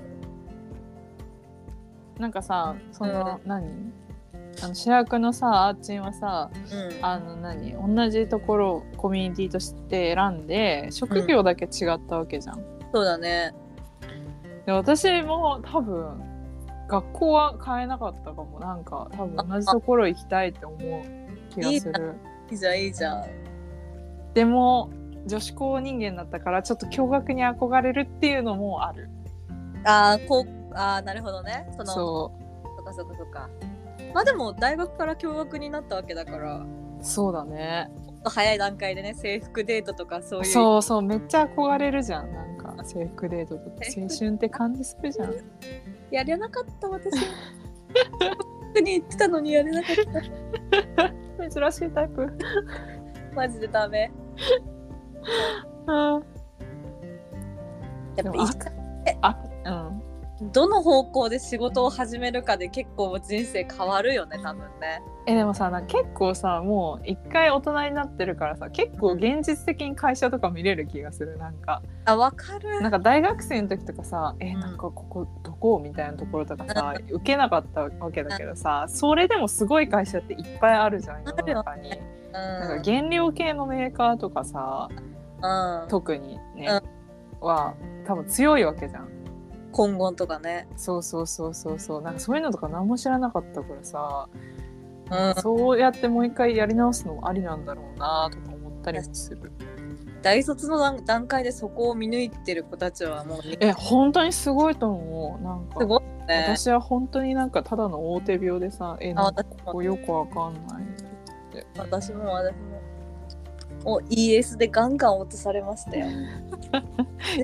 Speaker 1: なんかさその、何あの主役のさあーちんはさ
Speaker 2: うん
Speaker 1: あの何同じところをコミュニティとして選んで職業だけ違ったわけじゃん。
Speaker 2: そうだね
Speaker 1: で私も多分学校は変えなかったかもなんか多分同じところ行きたいって思う気がする。
Speaker 2: いいじゃんいいじゃん
Speaker 1: でも女子校人間だったからちょっと共学に憧れるっていうのもある。
Speaker 2: あーこうあーなるほどねその
Speaker 1: そ
Speaker 2: そっかそっかそっかまあでも大学から共学になったわけだから
Speaker 1: うそうだね。
Speaker 2: 早い段階でね制服デートとかそういう
Speaker 1: そうそうめっちゃ憧れるじゃんなんか。さ制服デートと か
Speaker 2: 制
Speaker 1: 青
Speaker 2: 服
Speaker 1: 春って感じするじゃん
Speaker 2: やれなかった私本当に言ってたのにやれなかった
Speaker 1: 珍しいタイプ
Speaker 2: マジでダメ
Speaker 1: あ
Speaker 2: やっぱい
Speaker 1: うん
Speaker 2: どの方向で仕事を始めるかで結構人生変わるよね多分ね
Speaker 1: えでもさなんか結構さもう一回大人になってるからさ結構現実的に会社とか見れる気がするなんか
Speaker 2: あわかる
Speaker 1: なんか大学生の時とかさえ
Speaker 2: うん
Speaker 1: なんかここどこみたいなところとかさ受けなかったわけだけどさそれでもすごい会社っていっぱいあるじゃん世の中に
Speaker 2: あるようん
Speaker 1: なんか原料系のメーカーとかさ
Speaker 2: うん
Speaker 1: 特にねは多分強いわけじゃん
Speaker 2: 今後とかね
Speaker 1: そうそうそうそうそうなんかそういうのとか何も知らなかったからさ
Speaker 2: うん
Speaker 1: そうやってもう一回やり直すのもありなんだろうなとか思ったりもする
Speaker 2: 大卒の段段階でそこを見抜いてる子たちはもう
Speaker 1: え本当にすごいと思うなんか
Speaker 2: すごいね
Speaker 1: 私は本当になんかただの大手病でさえ
Speaker 2: あ
Speaker 1: なんか
Speaker 2: 私
Speaker 1: こ
Speaker 2: も
Speaker 1: こよくわかんない
Speaker 2: 私も私もお ES でガンガン落とされましたよ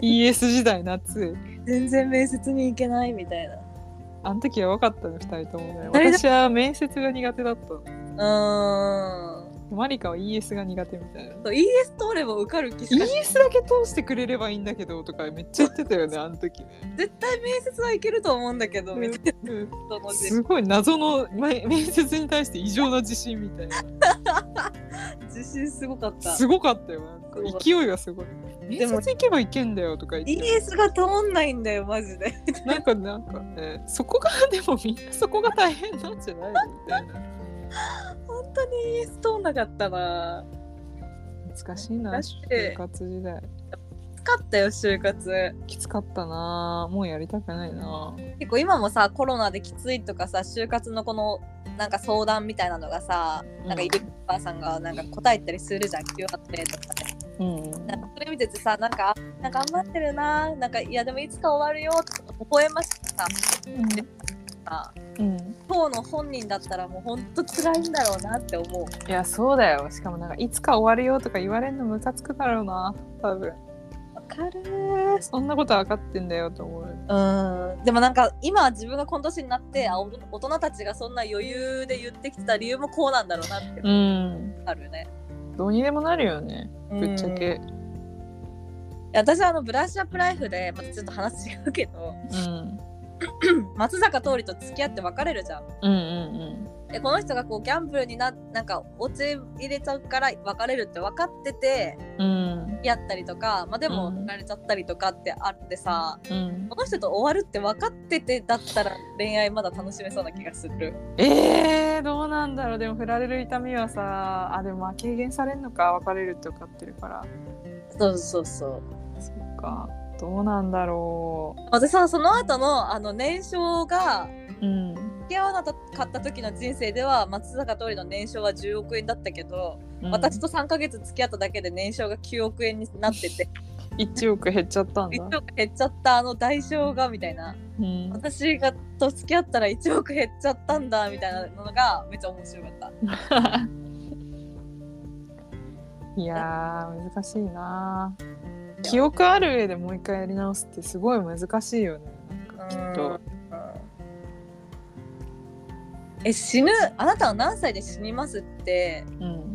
Speaker 1: ES 時代夏
Speaker 2: 全然面接に行けないみたいな
Speaker 1: あの時やばかったね2人ともね
Speaker 2: 誰だ
Speaker 1: 私は面接が苦手だったの
Speaker 2: うーん
Speaker 1: マリカは ES が苦手みたいな
Speaker 2: そう ES 通れば受かる気しかし
Speaker 1: ES だけ通してくれればいいんだけどとかめっちゃ言ってたよねあの時ね
Speaker 2: 絶対面接はいけると思うんだけどみたいな
Speaker 1: うんうん
Speaker 2: 人の
Speaker 1: すごい謎のま面接に対して異常な自信みたいな
Speaker 2: 自信すごかった
Speaker 1: すごかったよなん
Speaker 2: すごか
Speaker 1: か
Speaker 2: った
Speaker 1: 勢いがすごい
Speaker 2: で
Speaker 1: 面
Speaker 2: も
Speaker 1: 接行けば行けんだよとか言って
Speaker 2: ES が通んないんだよマジで
Speaker 1: なんかなんかねそこがでもみんなそこが大変なんじゃないのみたいな
Speaker 2: 本当に ES 通んなかったな
Speaker 1: 難しいな
Speaker 2: だって
Speaker 1: 就活時代
Speaker 2: きつかったよ就活
Speaker 1: きつかったなもうやりたくないな
Speaker 2: 結構今もさコロナできついとかさ就活のこのなんか相談みたいなのがさ、
Speaker 1: うん
Speaker 2: なんかイルパーさんがなんか答えたりするじゃん Q&A とかで
Speaker 1: うん
Speaker 2: なんかそれ見ててさなんかあなんか頑張ってるななんかいやでもいつか終わるよとか微笑ましくささ
Speaker 1: うん
Speaker 2: 当の本人だったらもうほんと辛いんだろうなって思う
Speaker 1: いやそうだよしかもなんかいつか終わるよとか言われるのムカつくだろうな多分
Speaker 2: わかるー
Speaker 1: そんなこと分かってんだよと思う
Speaker 2: うんでもなんか今自分がこの年になってあお大人たちがそんな余裕で言ってきてた理由もこうなんだろうなって
Speaker 1: うん
Speaker 2: あるよね、
Speaker 1: どうにでもなるよねぶっちゃ
Speaker 2: うんい
Speaker 1: け
Speaker 2: や私はあのブラッシュアップライフでまたちょっと話違うけど
Speaker 1: うん
Speaker 2: 松坂桃李と付き合って別れるじゃん
Speaker 1: うんうん
Speaker 2: でこの人がこうギャンブルにななんか落ち入れちゃうから別れるって分かってて
Speaker 1: うんうん
Speaker 2: やったりとかまあでも
Speaker 1: うん
Speaker 2: 振られちゃったりとかってあってさ、
Speaker 1: うん
Speaker 2: この人と終わるって分かっててだったら恋愛まだ楽しめそうな気がする
Speaker 1: えー、どうなんだろうでも振られる痛みはさあでもまあ軽減されんのか別れるって分かってるから
Speaker 2: そうそうそう
Speaker 1: そっかどうなんだろ
Speaker 2: 私さその後のあの年少が
Speaker 1: ううん
Speaker 2: 付き合わなかった時の人生では松坂桃李の年商は10億円だったけど、私
Speaker 1: と
Speaker 2: と3ヶ月付き合っただけで年商が9億円になってて
Speaker 1: 1億減っちゃったん
Speaker 2: 1
Speaker 1: だ、
Speaker 2: 億減っちゃったあの代償がみたいな
Speaker 1: うん、
Speaker 2: 私がと付き合ったら1億減っちゃったんだみたいなのがめっちゃ面白かった
Speaker 1: いやー難しいな記憶ある上でもう一回やり直すってすごい難しいよねなんかきっと
Speaker 2: え死ぬあなたは何歳で死にますって
Speaker 1: うん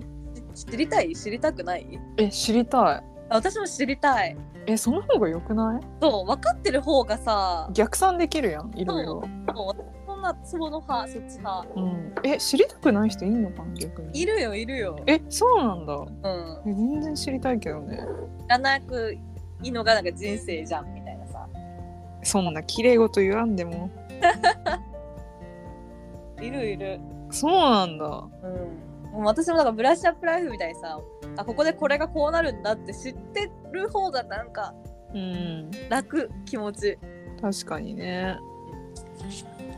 Speaker 2: し知りたい知りたくない
Speaker 1: え知りたい
Speaker 2: あ私も知りたい
Speaker 1: えその方が良くない
Speaker 2: そう分かってる方がさ
Speaker 1: 逆算できるやんいろいろ、
Speaker 2: もうそんなツボの派そっち派
Speaker 1: うん、え知りたくない人いんのかな逆に
Speaker 2: いるよいるよ
Speaker 1: えそうなんだ
Speaker 2: うん
Speaker 1: え全然知りたいけどね
Speaker 2: 知らなくいいのがなんか人生じゃんみたいなさ
Speaker 1: そんな綺麗事言わんでも
Speaker 2: いるいる
Speaker 1: そうなんだ
Speaker 2: うんもう私もなんかブラッシュアップライフみたいにさあここでこれがこうなるんだって知ってる方がなんか
Speaker 1: うん
Speaker 2: 楽気持ち
Speaker 1: 確かにね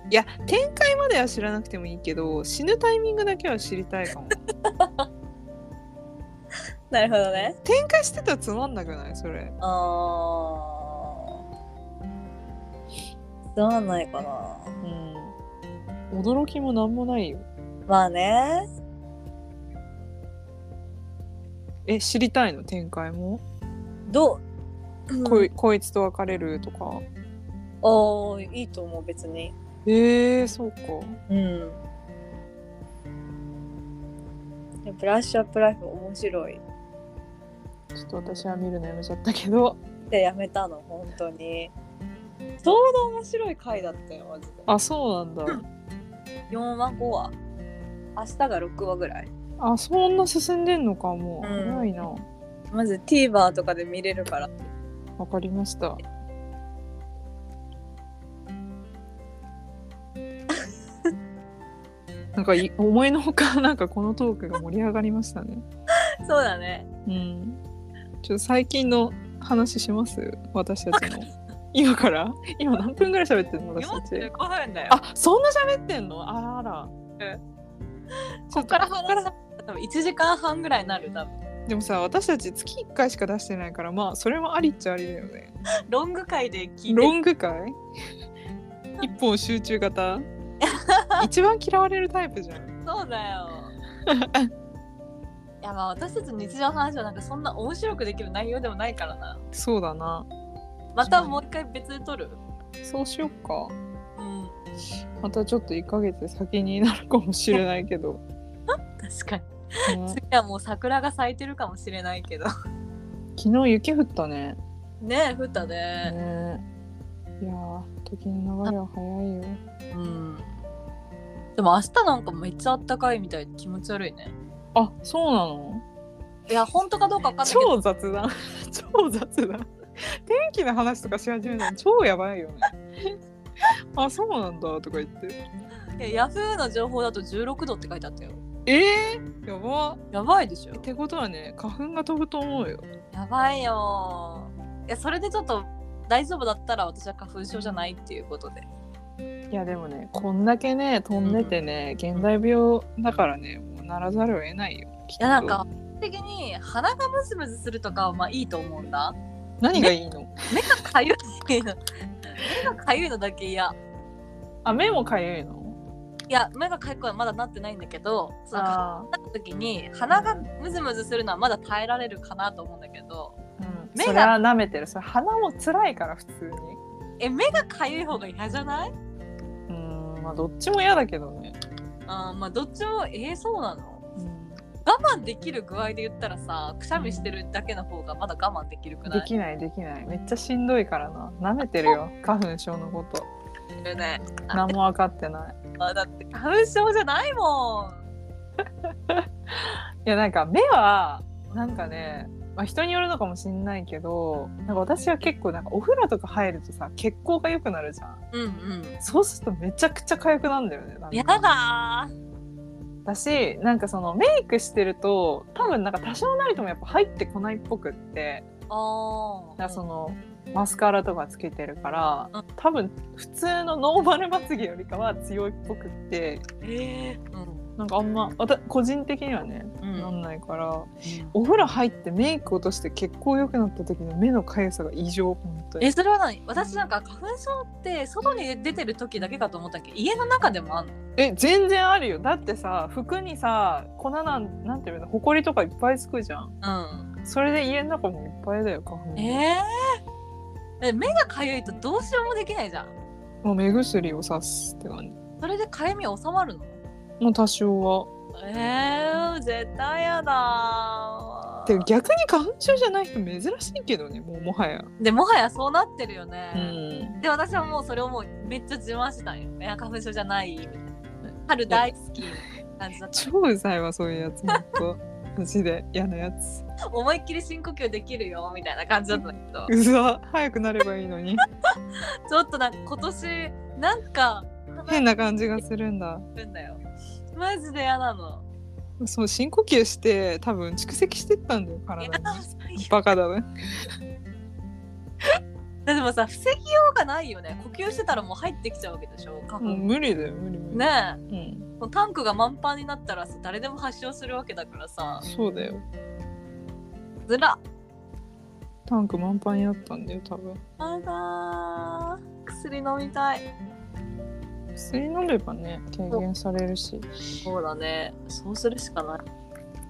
Speaker 1: いや展開までは知らなくてもいいけど死ぬタイミングだけは知りたいかも
Speaker 2: なるほどね
Speaker 1: 展開してたらつまんなくないそれ
Speaker 2: あーどうなんないかな
Speaker 1: うん驚きもなんもないよ
Speaker 2: まあね
Speaker 1: え知りたいの展開も
Speaker 2: どう
Speaker 1: こいこいつと別れるとか
Speaker 2: ああいいと思う別に
Speaker 1: えー、そうか
Speaker 2: うんブラッシュアップライフ面白い
Speaker 1: ちょっと私は見るのやめちゃったけど
Speaker 2: でやめたの本当にちょうど面白い回だったよマジで
Speaker 1: あそうなんだ
Speaker 2: 4話5話明日が6話ぐらい
Speaker 1: あそんな進んでんのかもう、
Speaker 2: うん
Speaker 1: 早いな
Speaker 2: まず TVer とかで見れるから
Speaker 1: わかりま したなんかい思いのほかなんかこのトークが盛り上がりましたね
Speaker 2: そうだね
Speaker 1: うんちょっと最近の話します私たち の今から今何分ぐらい喋ってんの私たち
Speaker 2: 分だよあ
Speaker 1: あそんな喋ってんのあら
Speaker 2: え
Speaker 1: こっから話す
Speaker 2: 多分1時間半ぐらいになる多分
Speaker 1: でもさ私たち月1回しか出してないからまあそれもありっちゃありだよね
Speaker 2: ロング回で聞いて
Speaker 1: ロング 回一本集中型一番嫌われるタイプじゃん
Speaker 2: そうだ よいやまあ私たちの日常の話はなんかそんな面白くできる内容でもないからな
Speaker 1: そうだな
Speaker 2: またもう一回別で撮る
Speaker 1: そうしよっか
Speaker 2: うん
Speaker 1: またちょっと1ヶ月先になるかもしれないけど、
Speaker 2: 確かに
Speaker 1: ね
Speaker 2: 次はもう桜が咲いてるかもしれないけど
Speaker 1: 昨日雪降ったね
Speaker 2: ねえ降ったね
Speaker 1: ねいやー時の流れは早いよ
Speaker 2: うんでも明日なんかめっちゃあったかいみたいで気持ち悪いね
Speaker 1: あそうなの
Speaker 2: いや本当かどうか分かんないけど
Speaker 1: 超雑談 超雑談天気の話とかし始めたの超やばい よねあそうなんだとか言って
Speaker 2: いやヤフーの情報だと16度って書いてあったよ
Speaker 1: えー、やば
Speaker 2: やばいでしょ
Speaker 1: ってことはね花粉が飛ぶと思うよ
Speaker 2: やばいよいやそれでちょっと大丈夫だったら私は花粉症じゃないっていうことで
Speaker 1: いやでもねこんだけね飛んでてね、現代病だからねもうならざるを得ないよきっ
Speaker 2: い
Speaker 1: と
Speaker 2: やなんか的に鼻がムズムズするとかはまあいいと思うんだ
Speaker 1: 何がいいの
Speaker 2: かゆいの目がかゆいのだけ嫌
Speaker 1: あ目もかゆいの
Speaker 2: いや目がかゆくはまだなってないんだけどそのなっ
Speaker 1: あ
Speaker 2: た時に鼻がムズムズするのはまだ耐えられるかなと思うんだけど
Speaker 1: ー、うん、
Speaker 2: 目が
Speaker 1: それは舐めてるそれ鼻も辛いから普通に
Speaker 2: え目がかゆい方が嫌じゃないう
Speaker 1: ーんまあどっちも嫌だけどね、
Speaker 2: あーまあどっちもえー、そうなの
Speaker 1: うん、
Speaker 2: 我慢できる具合で言ったらさくしゃみしてるだけの方がまだ我慢できるくな
Speaker 1: で
Speaker 2: い
Speaker 1: きないできないめっちゃしんどいからな舐めてる よ花粉症のこと
Speaker 2: るね
Speaker 1: 何も分かってない
Speaker 2: あだって花粉症じゃないもん
Speaker 1: いやなんか目はなんかね、まあ、人によるのかもしんないけどなんか私は結構なんかお風呂とか入るとさ血行が良くなるじゃん
Speaker 2: うんうん
Speaker 1: そうするとめちゃくちゃ痒くなんだよねなんか
Speaker 2: やだ
Speaker 1: だしなんかそのメイクしてると多分なんか多少なりともやっぱ入ってこないっぽくって
Speaker 2: ーあ
Speaker 1: なんかそ
Speaker 2: の
Speaker 1: のマスカラとかつけてるから
Speaker 2: うん
Speaker 1: 多分普通のノーマルまつげよりかは強いっぽくって
Speaker 2: えー、うん
Speaker 1: なんかあんまわた個人的にはね、
Speaker 2: うん
Speaker 1: なんないからお風呂入ってメイク落として血行良くなった時の目のかゆさが異常本当に
Speaker 2: えそれは何私なんか花粉症って外に出てる時だけかと思ったっけど家の中でもあんの
Speaker 1: え全然あるよだってさ服にさ粉なんなんていうのほこりとかいっぱいつくじゃんそれで家の中もいっぱいだよ花粉
Speaker 2: うんえー、え目がかゆいとどうしようもできないじゃん
Speaker 1: もう目薬をさすって感じ
Speaker 2: それでかゆみ収まるの
Speaker 1: もう多少は
Speaker 2: えー、絶対やだ
Speaker 1: で逆に花粉症じゃない人珍しいけどねもうもはや
Speaker 2: でもはやそうなってるよ
Speaker 1: う
Speaker 2: ね、
Speaker 1: ん
Speaker 2: で私はもうそれをもうめっちゃ自慢したんよいや花粉症じゃないみたいな春大好きみたいな感 じだっ
Speaker 1: 超うざいわそういうやつほん とマジで嫌なやつ
Speaker 2: た思いっきり深呼吸できるよみたいな感じだったんだけ
Speaker 1: うざ早くなればいいの に
Speaker 2: どちょっとなんか今年なんか
Speaker 1: 変な感じがするんだ
Speaker 2: るんだよマジで嫌なの
Speaker 1: そう深呼吸して多分蓄積してったんだよ体
Speaker 2: 嫌
Speaker 1: に
Speaker 2: だ最悪
Speaker 1: バカ だね
Speaker 2: でもさ防ぎようがないよね呼吸してたらもう入ってきちゃうわけでしょ花粉、
Speaker 1: もう無理だよ無理無理、
Speaker 2: ねえ
Speaker 1: うん、
Speaker 2: もうタンクが満帆になったらさ誰でも発症するわけだからさ
Speaker 1: そうだよ
Speaker 2: ずら
Speaker 1: タンク満杯になったんだよ多分
Speaker 2: あだー薬飲みたい
Speaker 1: 薬飲めばね軽減されるし
Speaker 2: そうだね。そうするしかな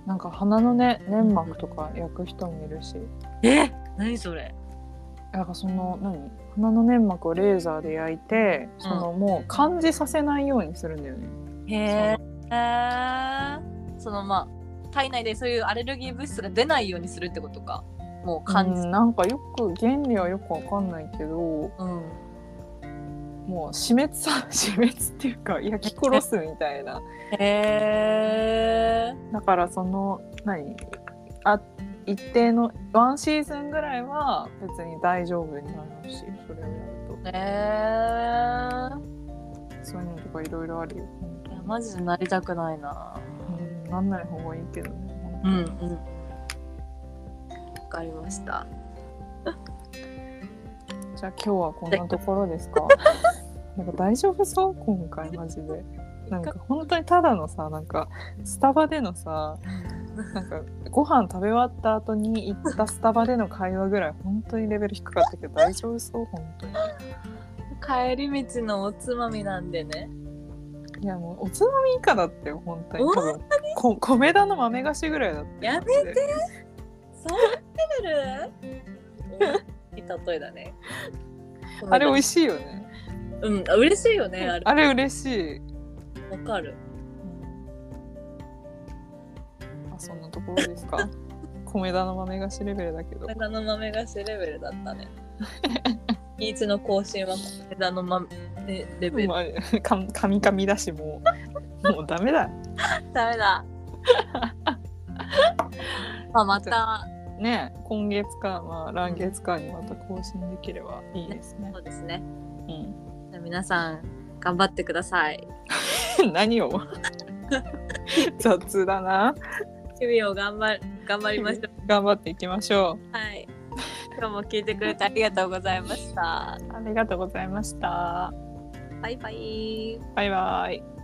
Speaker 1: なんか鼻のね粘膜とか焼く人もいるし
Speaker 2: い。え何それ
Speaker 1: だからその何鼻の粘膜をレーザーで焼いてその、もう感じさせないようにするんだよね。
Speaker 2: へえそのまあ体内でそういうアレルギー物質が出ないようにするってことかもう感
Speaker 1: う
Speaker 2: じ
Speaker 1: んなんかよく原理はよくわかんないけど
Speaker 2: うん、
Speaker 1: もう死滅さ 死滅っていうか焼き殺すみたいな。
Speaker 2: へえ
Speaker 1: だからその何あ一定のワンシーズンぐらいは別に大丈夫になるしそれをやると
Speaker 2: へえ
Speaker 1: そういうのとかいろいろあるよ。
Speaker 2: いやマジでなりたくないな
Speaker 1: うんなんない方がいいけどね。
Speaker 2: うんうんわかりました
Speaker 1: じゃあ今日はこんなところです かなんか大丈夫そう今回マジで。なんか本当にただのさなんかスタバでのさなんかご飯食べ終わった後に行ったスタバでの会話ぐらい本当にレベル低かったけど大丈夫そう本当に。
Speaker 2: 帰り道のおつまみなんでね
Speaker 1: いやもうおつまみ以下だってよ本当に多
Speaker 2: 本
Speaker 1: 分こ米田の豆菓子ぐらいだって
Speaker 2: やめてそんなレ ベルいい例えだね
Speaker 1: あれ美味しいよね
Speaker 2: うんあ嬉しいよねあれ
Speaker 1: あれ嬉しい、
Speaker 2: わかる
Speaker 1: あそんなところです か米田の豆菓子レベルだけど
Speaker 2: 枝の豆菓子レベルだったね。イーツの更新は枝の豆レベル。
Speaker 1: まあ、かかみかみだしもうもうダメだ
Speaker 2: ダメだ。 まあまた、
Speaker 1: ね今月か、まあ、来月かにまた更新できればいいですね
Speaker 2: そうですね。
Speaker 1: う
Speaker 2: じゃあ皆さん、頑張ってください。
Speaker 1: ん何 を雑だな
Speaker 2: 日々を頑張頑張りましょう。
Speaker 1: 頑張っていきましょ
Speaker 2: はい。今日も聞いてくれてありがとうございました。
Speaker 1: うありがとうございました
Speaker 2: バイバイ。
Speaker 1: バイバイ